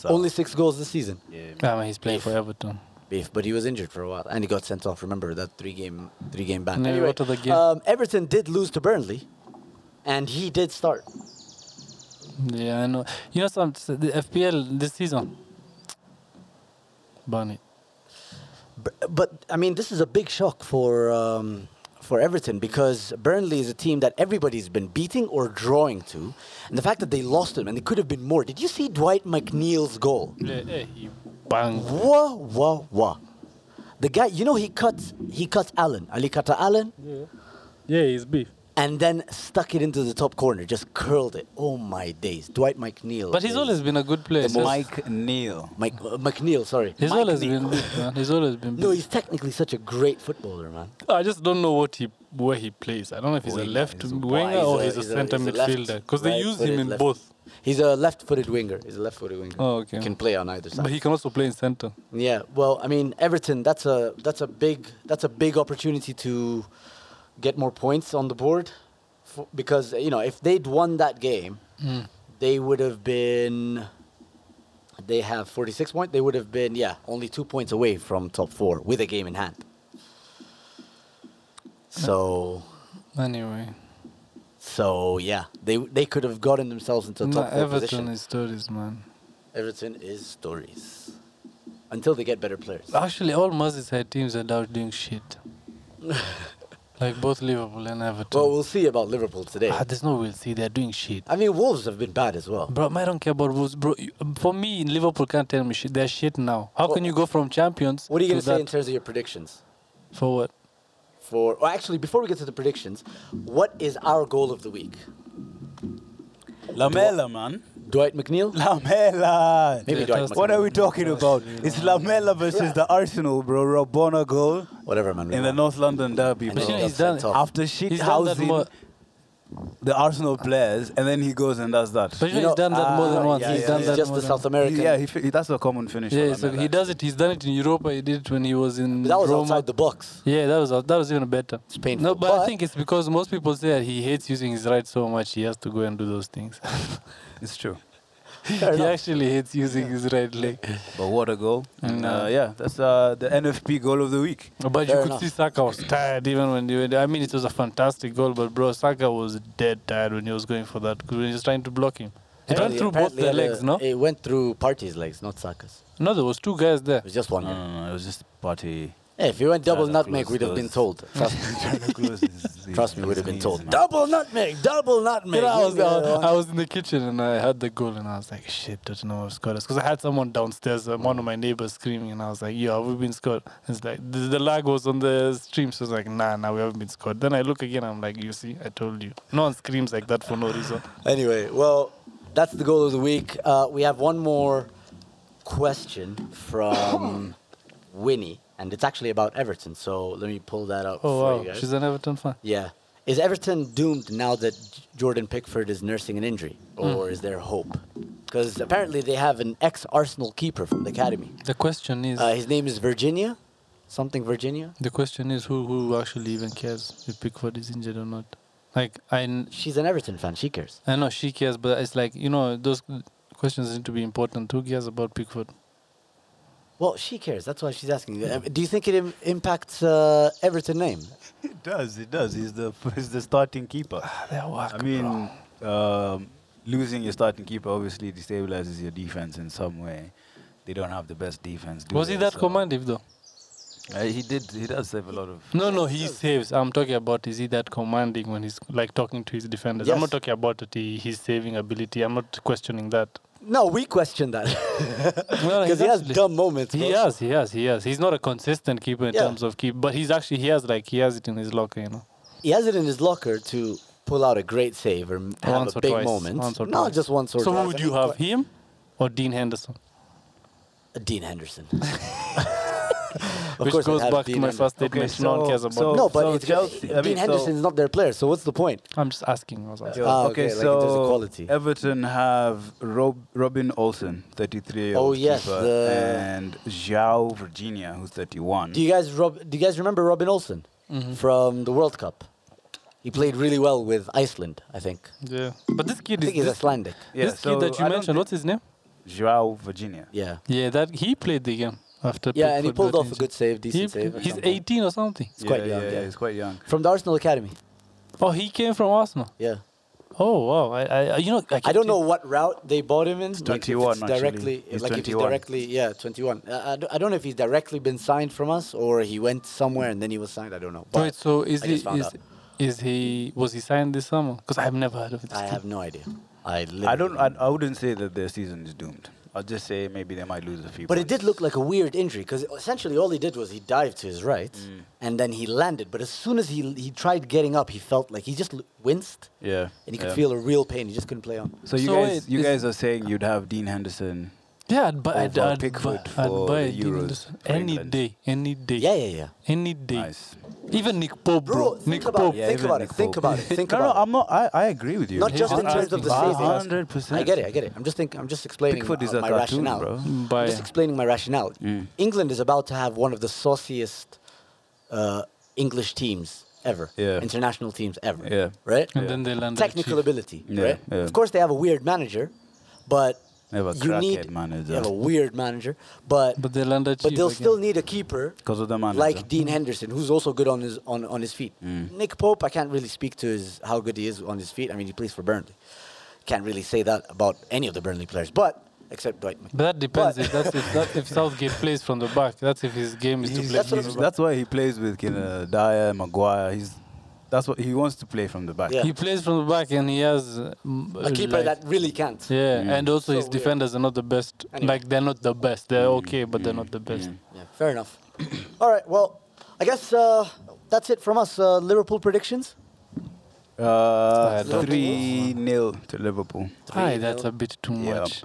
Speaker 3: So-
Speaker 1: only six goals this season.
Speaker 3: Yeah.
Speaker 2: Yeah, man, he's playing
Speaker 1: If-
Speaker 2: for Everton.
Speaker 1: beef, but he was injured for a while, and he got sent off. Remember that three game, three game ban.
Speaker 2: Yeah,
Speaker 1: anyway,
Speaker 2: what other game?
Speaker 1: Um, Everton did lose to Burnley, and he did start.
Speaker 2: Yeah, I know. You know, some the FPL this season. Burn it.
Speaker 1: B- But I mean, this is a big shock for um, for Everton because Burnley is a team that everybody's been beating or drawing to, and the fact that they lost them and it could have been more. Did you see Dwight McNeil's goal?
Speaker 2: Yeah, yeah, he bang.
Speaker 1: Wah wah wah. The guy, you know, he cuts he cuts Allen, Ali Kata Allen,
Speaker 2: Yeah, he's beef.
Speaker 1: and then stuck it into the top corner, just curled it. Oh my days, Dwight McNeil.
Speaker 2: But he's
Speaker 1: is-
Speaker 2: always been a good player. It's just-
Speaker 3: Mike Neal.
Speaker 1: Mike uh, McNeil, sorry.
Speaker 2: He's
Speaker 1: Mike
Speaker 2: always
Speaker 1: Neal.
Speaker 2: been beef, man. He's always been beef.
Speaker 1: No, he's technically such a great footballer, man.
Speaker 2: I just don't know what he where he plays. I don't know if he's
Speaker 1: Oh,
Speaker 3: Winger,
Speaker 2: a left
Speaker 3: he's a
Speaker 2: winger
Speaker 1: He's
Speaker 2: or he's a, centre
Speaker 1: he's left-
Speaker 2: midfielder because they use him
Speaker 1: right-footed
Speaker 2: in
Speaker 1: left-
Speaker 2: both.
Speaker 1: He's a left-footed winger. He's a left-footed winger.
Speaker 2: Oh, okay.
Speaker 1: Can play on either side.
Speaker 2: But he can also play in centre.
Speaker 1: yeah. Well, I mean, Everton. That's a that's a big that's a big opportunity to get more points on the board, for, because you know if they'd won that game, they would have been. They have 46 points. They would have been yeah only two points away from top four with a game in hand. So.
Speaker 2: Anyway,
Speaker 1: So yeah, they they could have gotten themselves into a
Speaker 2: no,
Speaker 1: top four
Speaker 2: Everton
Speaker 1: position.
Speaker 2: is stories, man.
Speaker 1: Everton is stories until they get better players.
Speaker 2: Actually, all Merseyside teams are now doing shit. like both Liverpool and Everton.
Speaker 1: Well, we'll see about Liverpool today.
Speaker 2: Ah, there's no we'll see. They're doing shit.
Speaker 1: I mean, Wolves have been bad as well.
Speaker 2: Bro, I don't care about rules, bro. You- For me, Liverpool can't tell me shit. They're shit now. How can
Speaker 1: Well,
Speaker 2: you go from champions?
Speaker 1: What are you
Speaker 2: to
Speaker 1: going to say in
Speaker 2: that?
Speaker 1: terms of your predictions?
Speaker 2: for what?
Speaker 1: For or actually, before we get to the predictions, what is our goal of the week?
Speaker 3: Lamela, man.
Speaker 1: Dwight McNeil.
Speaker 3: Lamela.
Speaker 1: Maybe
Speaker 2: Yeah,
Speaker 1: Dwight
Speaker 2: that's-
Speaker 1: McNeil.
Speaker 3: What are we talking about? It's Lamela versus the Arsenal, bro. Robona goal
Speaker 1: Whatever, man. we
Speaker 3: in the
Speaker 1: won't.
Speaker 3: North London derby,
Speaker 1: And
Speaker 3: bro.
Speaker 1: he got
Speaker 2: he's
Speaker 1: sent
Speaker 2: done-
Speaker 1: off.
Speaker 3: After shit
Speaker 2: He's done that
Speaker 3: housing
Speaker 2: more-
Speaker 3: the Arsenal players, and then he goes and does that.
Speaker 2: But
Speaker 1: You know,
Speaker 2: he's done that more
Speaker 3: ah,
Speaker 2: than once.
Speaker 3: yeah,
Speaker 2: he's
Speaker 3: yeah,
Speaker 2: done
Speaker 1: it's
Speaker 2: that
Speaker 1: just the
Speaker 2: more than
Speaker 1: South
Speaker 3: He-
Speaker 1: American.
Speaker 3: yeah, he, fi- that's a common finish. for
Speaker 2: Yeah, so he
Speaker 3: Lamela.
Speaker 2: does it. He's done it in Europa. He did it when he was in
Speaker 1: But that was
Speaker 2: Roma.
Speaker 1: outside the box.
Speaker 2: Yeah, that was that was even better.
Speaker 1: It's painful.
Speaker 2: No, but,
Speaker 1: But-
Speaker 2: I think it's because most people say that he hates using his right so much he has to go and do those things.
Speaker 3: It's true.
Speaker 1: Fair
Speaker 2: he
Speaker 1: enough.
Speaker 2: actually hates using his right leg.
Speaker 3: But what a goal! And
Speaker 2: No.
Speaker 3: uh, yeah, that's uh, the NFP goal of the week.
Speaker 2: But
Speaker 1: Fair
Speaker 2: you could
Speaker 1: enough.
Speaker 2: see Saka was tired even when he went. I mean, it was a fantastic goal, but bro, Saka was dead tired when he was going for that 'cause when he was trying to block him. It went
Speaker 1: Apparently-
Speaker 2: through both
Speaker 1: apparently
Speaker 2: their
Speaker 1: had a-
Speaker 2: legs, no?
Speaker 1: It went through Partey's legs, not Saka's.
Speaker 2: No, there was two guys there.
Speaker 1: It was just one.
Speaker 3: No,
Speaker 2: Mm.
Speaker 1: guy.
Speaker 3: no, no, it was just party.
Speaker 1: Hey, if you went double
Speaker 3: Trying to
Speaker 1: nutmeg,
Speaker 3: close
Speaker 1: we'd have been
Speaker 3: those.
Speaker 1: told. Trust me,
Speaker 3: Trying to close his-
Speaker 1: trust me
Speaker 3: his
Speaker 1: we'd have been
Speaker 3: knees,
Speaker 1: told.
Speaker 3: man.
Speaker 1: Double nutmeg, double
Speaker 2: You
Speaker 1: nutmeg.
Speaker 2: know, I, was,
Speaker 1: you know,
Speaker 2: I, I was in the kitchen and I had the goal and I was like, shit, Tottenham have scored us. Because I had someone downstairs, um, one of my neighbors screaming, and I was like, yo, have we been scored? It's like, the, the lag was on the stream, so I was like, nah, nah, we haven't been scored. Then I look again, I'm like, you see, I told you. No one screams like that for no reason.
Speaker 1: Anyway, well, that's the goal of the week. Uh, we have one more question from Winnie, and it's actually about Everton. So let me pull that up for
Speaker 2: Oh, wow.
Speaker 1: you guys.
Speaker 2: She's an Everton fan.
Speaker 1: yeah. Is Everton doomed now that J- Jordan Pickford is nursing an injury,
Speaker 2: Hmm.
Speaker 1: or is there hope? Because apparently they have an ex-Arsenal keeper from the academy.
Speaker 2: The question is,
Speaker 1: Uh, his name is Virginia, something Virginia.
Speaker 2: the question is who, who actually even cares if Pickford is injured or not? Like, I, n-
Speaker 1: She's an Everton fan. She cares.
Speaker 2: I know she cares, but it's like, you know, those questions need to be important. Who cares about Pickford?
Speaker 1: Well, she cares. That's why she's asking. Uh, Do you think it Im- impacts uh, Everton name?
Speaker 4: It does. It does. He's the he's the starting keeper.
Speaker 3: Ah,
Speaker 1: Ah,
Speaker 4: I mean, um, losing your starting keeper obviously destabilizes your defense in some way. They don't have the best defense. Do
Speaker 2: Was he
Speaker 4: they?
Speaker 2: that
Speaker 4: So-
Speaker 2: combative though?
Speaker 4: Uh, he did. He does save a lot of.
Speaker 2: No, no, he saves. I'm talking about is he that commanding when he's like talking to his defenders? I'm
Speaker 1: Yes.
Speaker 2: not talking about it, he, his saving ability. I'm not questioning that.
Speaker 1: No, we question that
Speaker 2: Well,
Speaker 1: because
Speaker 2: he's
Speaker 1: he has
Speaker 2: actually-
Speaker 1: dumb moments.
Speaker 2: He
Speaker 1: bro.
Speaker 2: has, he has, he has. He's not a consistent keeper in
Speaker 1: Yeah.
Speaker 2: terms of keep, but he's actually he has like he has it in his locker, you know.
Speaker 1: He has it in his locker to pull out a great save or m- have
Speaker 2: once
Speaker 1: a
Speaker 2: or
Speaker 1: big
Speaker 2: twice.
Speaker 1: moment.
Speaker 2: Once or
Speaker 1: Not
Speaker 2: twice.
Speaker 1: just once or
Speaker 2: so
Speaker 1: twice.
Speaker 2: who would you have, him or Dean Henderson?
Speaker 1: Dean Henderson. of
Speaker 2: Which
Speaker 1: course, I'd
Speaker 2: goes
Speaker 1: have
Speaker 2: back
Speaker 1: Dean
Speaker 2: to my
Speaker 1: Henderson.
Speaker 2: first statement.
Speaker 4: Okay,
Speaker 2: no one
Speaker 4: so-
Speaker 2: cares about.
Speaker 4: so-
Speaker 2: it.
Speaker 1: No, but
Speaker 4: So
Speaker 1: it's,
Speaker 4: Chelsea- I
Speaker 1: Dean
Speaker 4: mean, so-
Speaker 1: Henderson is not their player. So what's the point?
Speaker 2: I'm just asking. I was asking.
Speaker 1: Ah, okay,
Speaker 3: okay,
Speaker 1: like it is a
Speaker 3: so
Speaker 1: quality.
Speaker 3: Everton have Rob, Robin Olsen, 33
Speaker 1: Oh, yes,
Speaker 3: keeper,
Speaker 1: the-
Speaker 3: and Zhao Virginia, who's
Speaker 2: Hmm.
Speaker 3: 31.
Speaker 1: Do you guys rob, do you guys remember Robin Olsen
Speaker 2: Mm-hmm.
Speaker 1: from the World Cup? He played really well with Iceland, I think.
Speaker 2: Yeah, but this
Speaker 1: I
Speaker 2: kid is
Speaker 1: think he's
Speaker 2: this,
Speaker 1: Icelandic.
Speaker 3: Yeah,
Speaker 2: this
Speaker 3: so
Speaker 2: kid that you
Speaker 3: I don't
Speaker 2: mentioned.
Speaker 3: thi-
Speaker 2: What's his name?
Speaker 3: Joao Virginia.
Speaker 1: Yeah.
Speaker 2: Yeah, that he played the game after.
Speaker 1: Yeah, and he
Speaker 2: Pickford
Speaker 1: pulled
Speaker 2: got
Speaker 1: off a
Speaker 2: injured.
Speaker 1: good save, decent
Speaker 2: He-
Speaker 1: save. at
Speaker 2: he's
Speaker 1: some point.
Speaker 2: 18 or something.
Speaker 1: He's quite young,
Speaker 3: Yeah,
Speaker 1: yeah.
Speaker 3: he's quite young.
Speaker 1: From the Arsenal Academy.
Speaker 2: Oh, he came from Arsenal.
Speaker 1: Yeah.
Speaker 2: Oh wow, I, I you know I,
Speaker 1: I
Speaker 2: can't
Speaker 1: don't know
Speaker 2: tell-
Speaker 1: what route they bought him in. like, if
Speaker 3: 21
Speaker 1: it's
Speaker 3: actually.
Speaker 1: directly,
Speaker 3: He's
Speaker 1: like if he's
Speaker 3: 21.
Speaker 1: directly, yeah, 21. Uh, I, d- I don't know if he's directly been signed from us or he went somewhere and then he was signed. I don't know. But
Speaker 2: Wait, so is
Speaker 1: I
Speaker 2: he
Speaker 1: just found
Speaker 2: is,
Speaker 1: out.
Speaker 2: is he was he signed this summer? Because I've never heard of this.
Speaker 1: I
Speaker 2: kid.
Speaker 1: have no idea. I
Speaker 3: I don't.
Speaker 1: literally
Speaker 3: I, I wouldn't say that their season is doomed. I'll just say maybe they might lose a few.
Speaker 1: But it
Speaker 3: points.
Speaker 1: did look like a weird injury because essentially all he did was he dived to his right
Speaker 3: Mm.
Speaker 1: and then he landed. But as soon as he he tried getting up, he felt like he just l- winced
Speaker 3: Yeah.
Speaker 1: and he could
Speaker 3: yeah.
Speaker 1: feel a real pain. He just couldn't play on.
Speaker 3: So you
Speaker 2: So
Speaker 3: guys,
Speaker 2: wait,
Speaker 3: you
Speaker 2: is-
Speaker 3: guys are saying you'd have Dean Henderson.
Speaker 2: Yeah, I'd buy, I'd,
Speaker 3: Over
Speaker 2: I'd,
Speaker 3: Pickford
Speaker 2: buy, I'd
Speaker 3: for
Speaker 2: buy
Speaker 3: the
Speaker 2: Dean
Speaker 3: Euros
Speaker 2: Henderson
Speaker 3: for
Speaker 2: any
Speaker 3: England.
Speaker 2: day, any day.
Speaker 1: Yeah, yeah, yeah.
Speaker 2: Any day.
Speaker 3: Nice.
Speaker 2: Even Nick Pope, bro.
Speaker 1: Bro, think
Speaker 2: Nick
Speaker 1: about,
Speaker 2: Pope.
Speaker 1: it,
Speaker 3: Yeah,
Speaker 1: think
Speaker 3: even
Speaker 1: about it.
Speaker 3: Nick
Speaker 1: Think
Speaker 3: Pope.
Speaker 1: about it. Think
Speaker 3: no, no,
Speaker 1: about it.
Speaker 3: I'm not. I, I agree with you.
Speaker 1: Not just in
Speaker 2: just
Speaker 1: terms of the
Speaker 2: asking.
Speaker 1: saving.
Speaker 3: Hundred percent.
Speaker 1: I get it. I get it. I'm just thinking. I'm just explaining
Speaker 3: Pickford
Speaker 1: my,
Speaker 2: uh,
Speaker 3: is a
Speaker 1: my
Speaker 3: cartoon,
Speaker 1: rationale.
Speaker 3: bro. Mm.
Speaker 1: I'm
Speaker 2: Buy-
Speaker 1: just explaining my rationale. England is about to have one of the sauciest uh, English teams ever.
Speaker 3: Yeah.
Speaker 1: International teams ever.
Speaker 3: Yeah.
Speaker 1: Right.
Speaker 2: And then they landed.
Speaker 1: technical ability,
Speaker 3: Yeah,
Speaker 1: right?
Speaker 3: yeah.
Speaker 1: Of course, they have a weird manager, but
Speaker 3: They have a
Speaker 1: you need
Speaker 3: crackhead manager.
Speaker 1: They have a weird manager, but
Speaker 2: But they landed.
Speaker 1: but
Speaker 2: cheap
Speaker 1: they'll
Speaker 2: again.
Speaker 1: still need a keeper
Speaker 3: 'Cause of the manager.
Speaker 1: like Dean Henderson, who's also good on his on, on his feet.
Speaker 3: Mm.
Speaker 1: Nick Pope, I can't really speak to his how good he is on his feet. I mean, he plays for Burnley. Can't really say that about any of the Burnley players, but except Dwight.
Speaker 2: But that depends.
Speaker 1: But-
Speaker 2: if that's if, that's if Southgate plays from the back. That's if his game is to
Speaker 3: He's-
Speaker 2: play.
Speaker 1: That's
Speaker 3: That's,
Speaker 1: what
Speaker 2: from
Speaker 1: I'm-
Speaker 2: the
Speaker 3: why he plays with Kina, Dyer, Maguire. He's that's what he wants to play from the back.
Speaker 1: Yeah.
Speaker 2: back. He plays from the back and he has uh, m-
Speaker 1: a keeper
Speaker 2: like-
Speaker 1: that really can't.
Speaker 2: Yeah,
Speaker 3: Mm.
Speaker 2: and
Speaker 1: So
Speaker 2: also his
Speaker 1: weird.
Speaker 2: defenders are not the best.
Speaker 1: Anyway.
Speaker 2: Like they're not the best.
Speaker 3: Mm,
Speaker 2: They're okay, but they're not the best.
Speaker 1: Yeah, fair enough. All right, well, I guess uh, that's it from us. Uh, Liverpool predictions.
Speaker 3: Uh,
Speaker 2: Liverpool.
Speaker 3: three 0 to Liverpool.
Speaker 2: Aye, that's a bit too
Speaker 3: Yeah.
Speaker 2: much.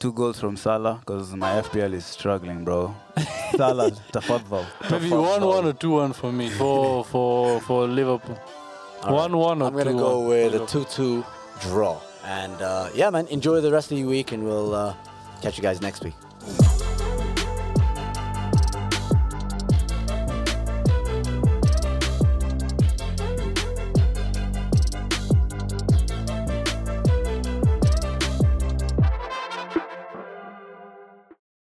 Speaker 3: Two goals from Salah because my FPL is struggling, bro. Salah, tafadhal.
Speaker 2: Maybe
Speaker 3: tafadhal.
Speaker 2: one one or two one for me for for for Liverpool. One one or
Speaker 1: I'm gonna
Speaker 2: two
Speaker 1: go
Speaker 2: one.
Speaker 1: with a two-two draw. And uh, yeah, man, enjoy the rest of your week, and we'll uh, catch you guys next week.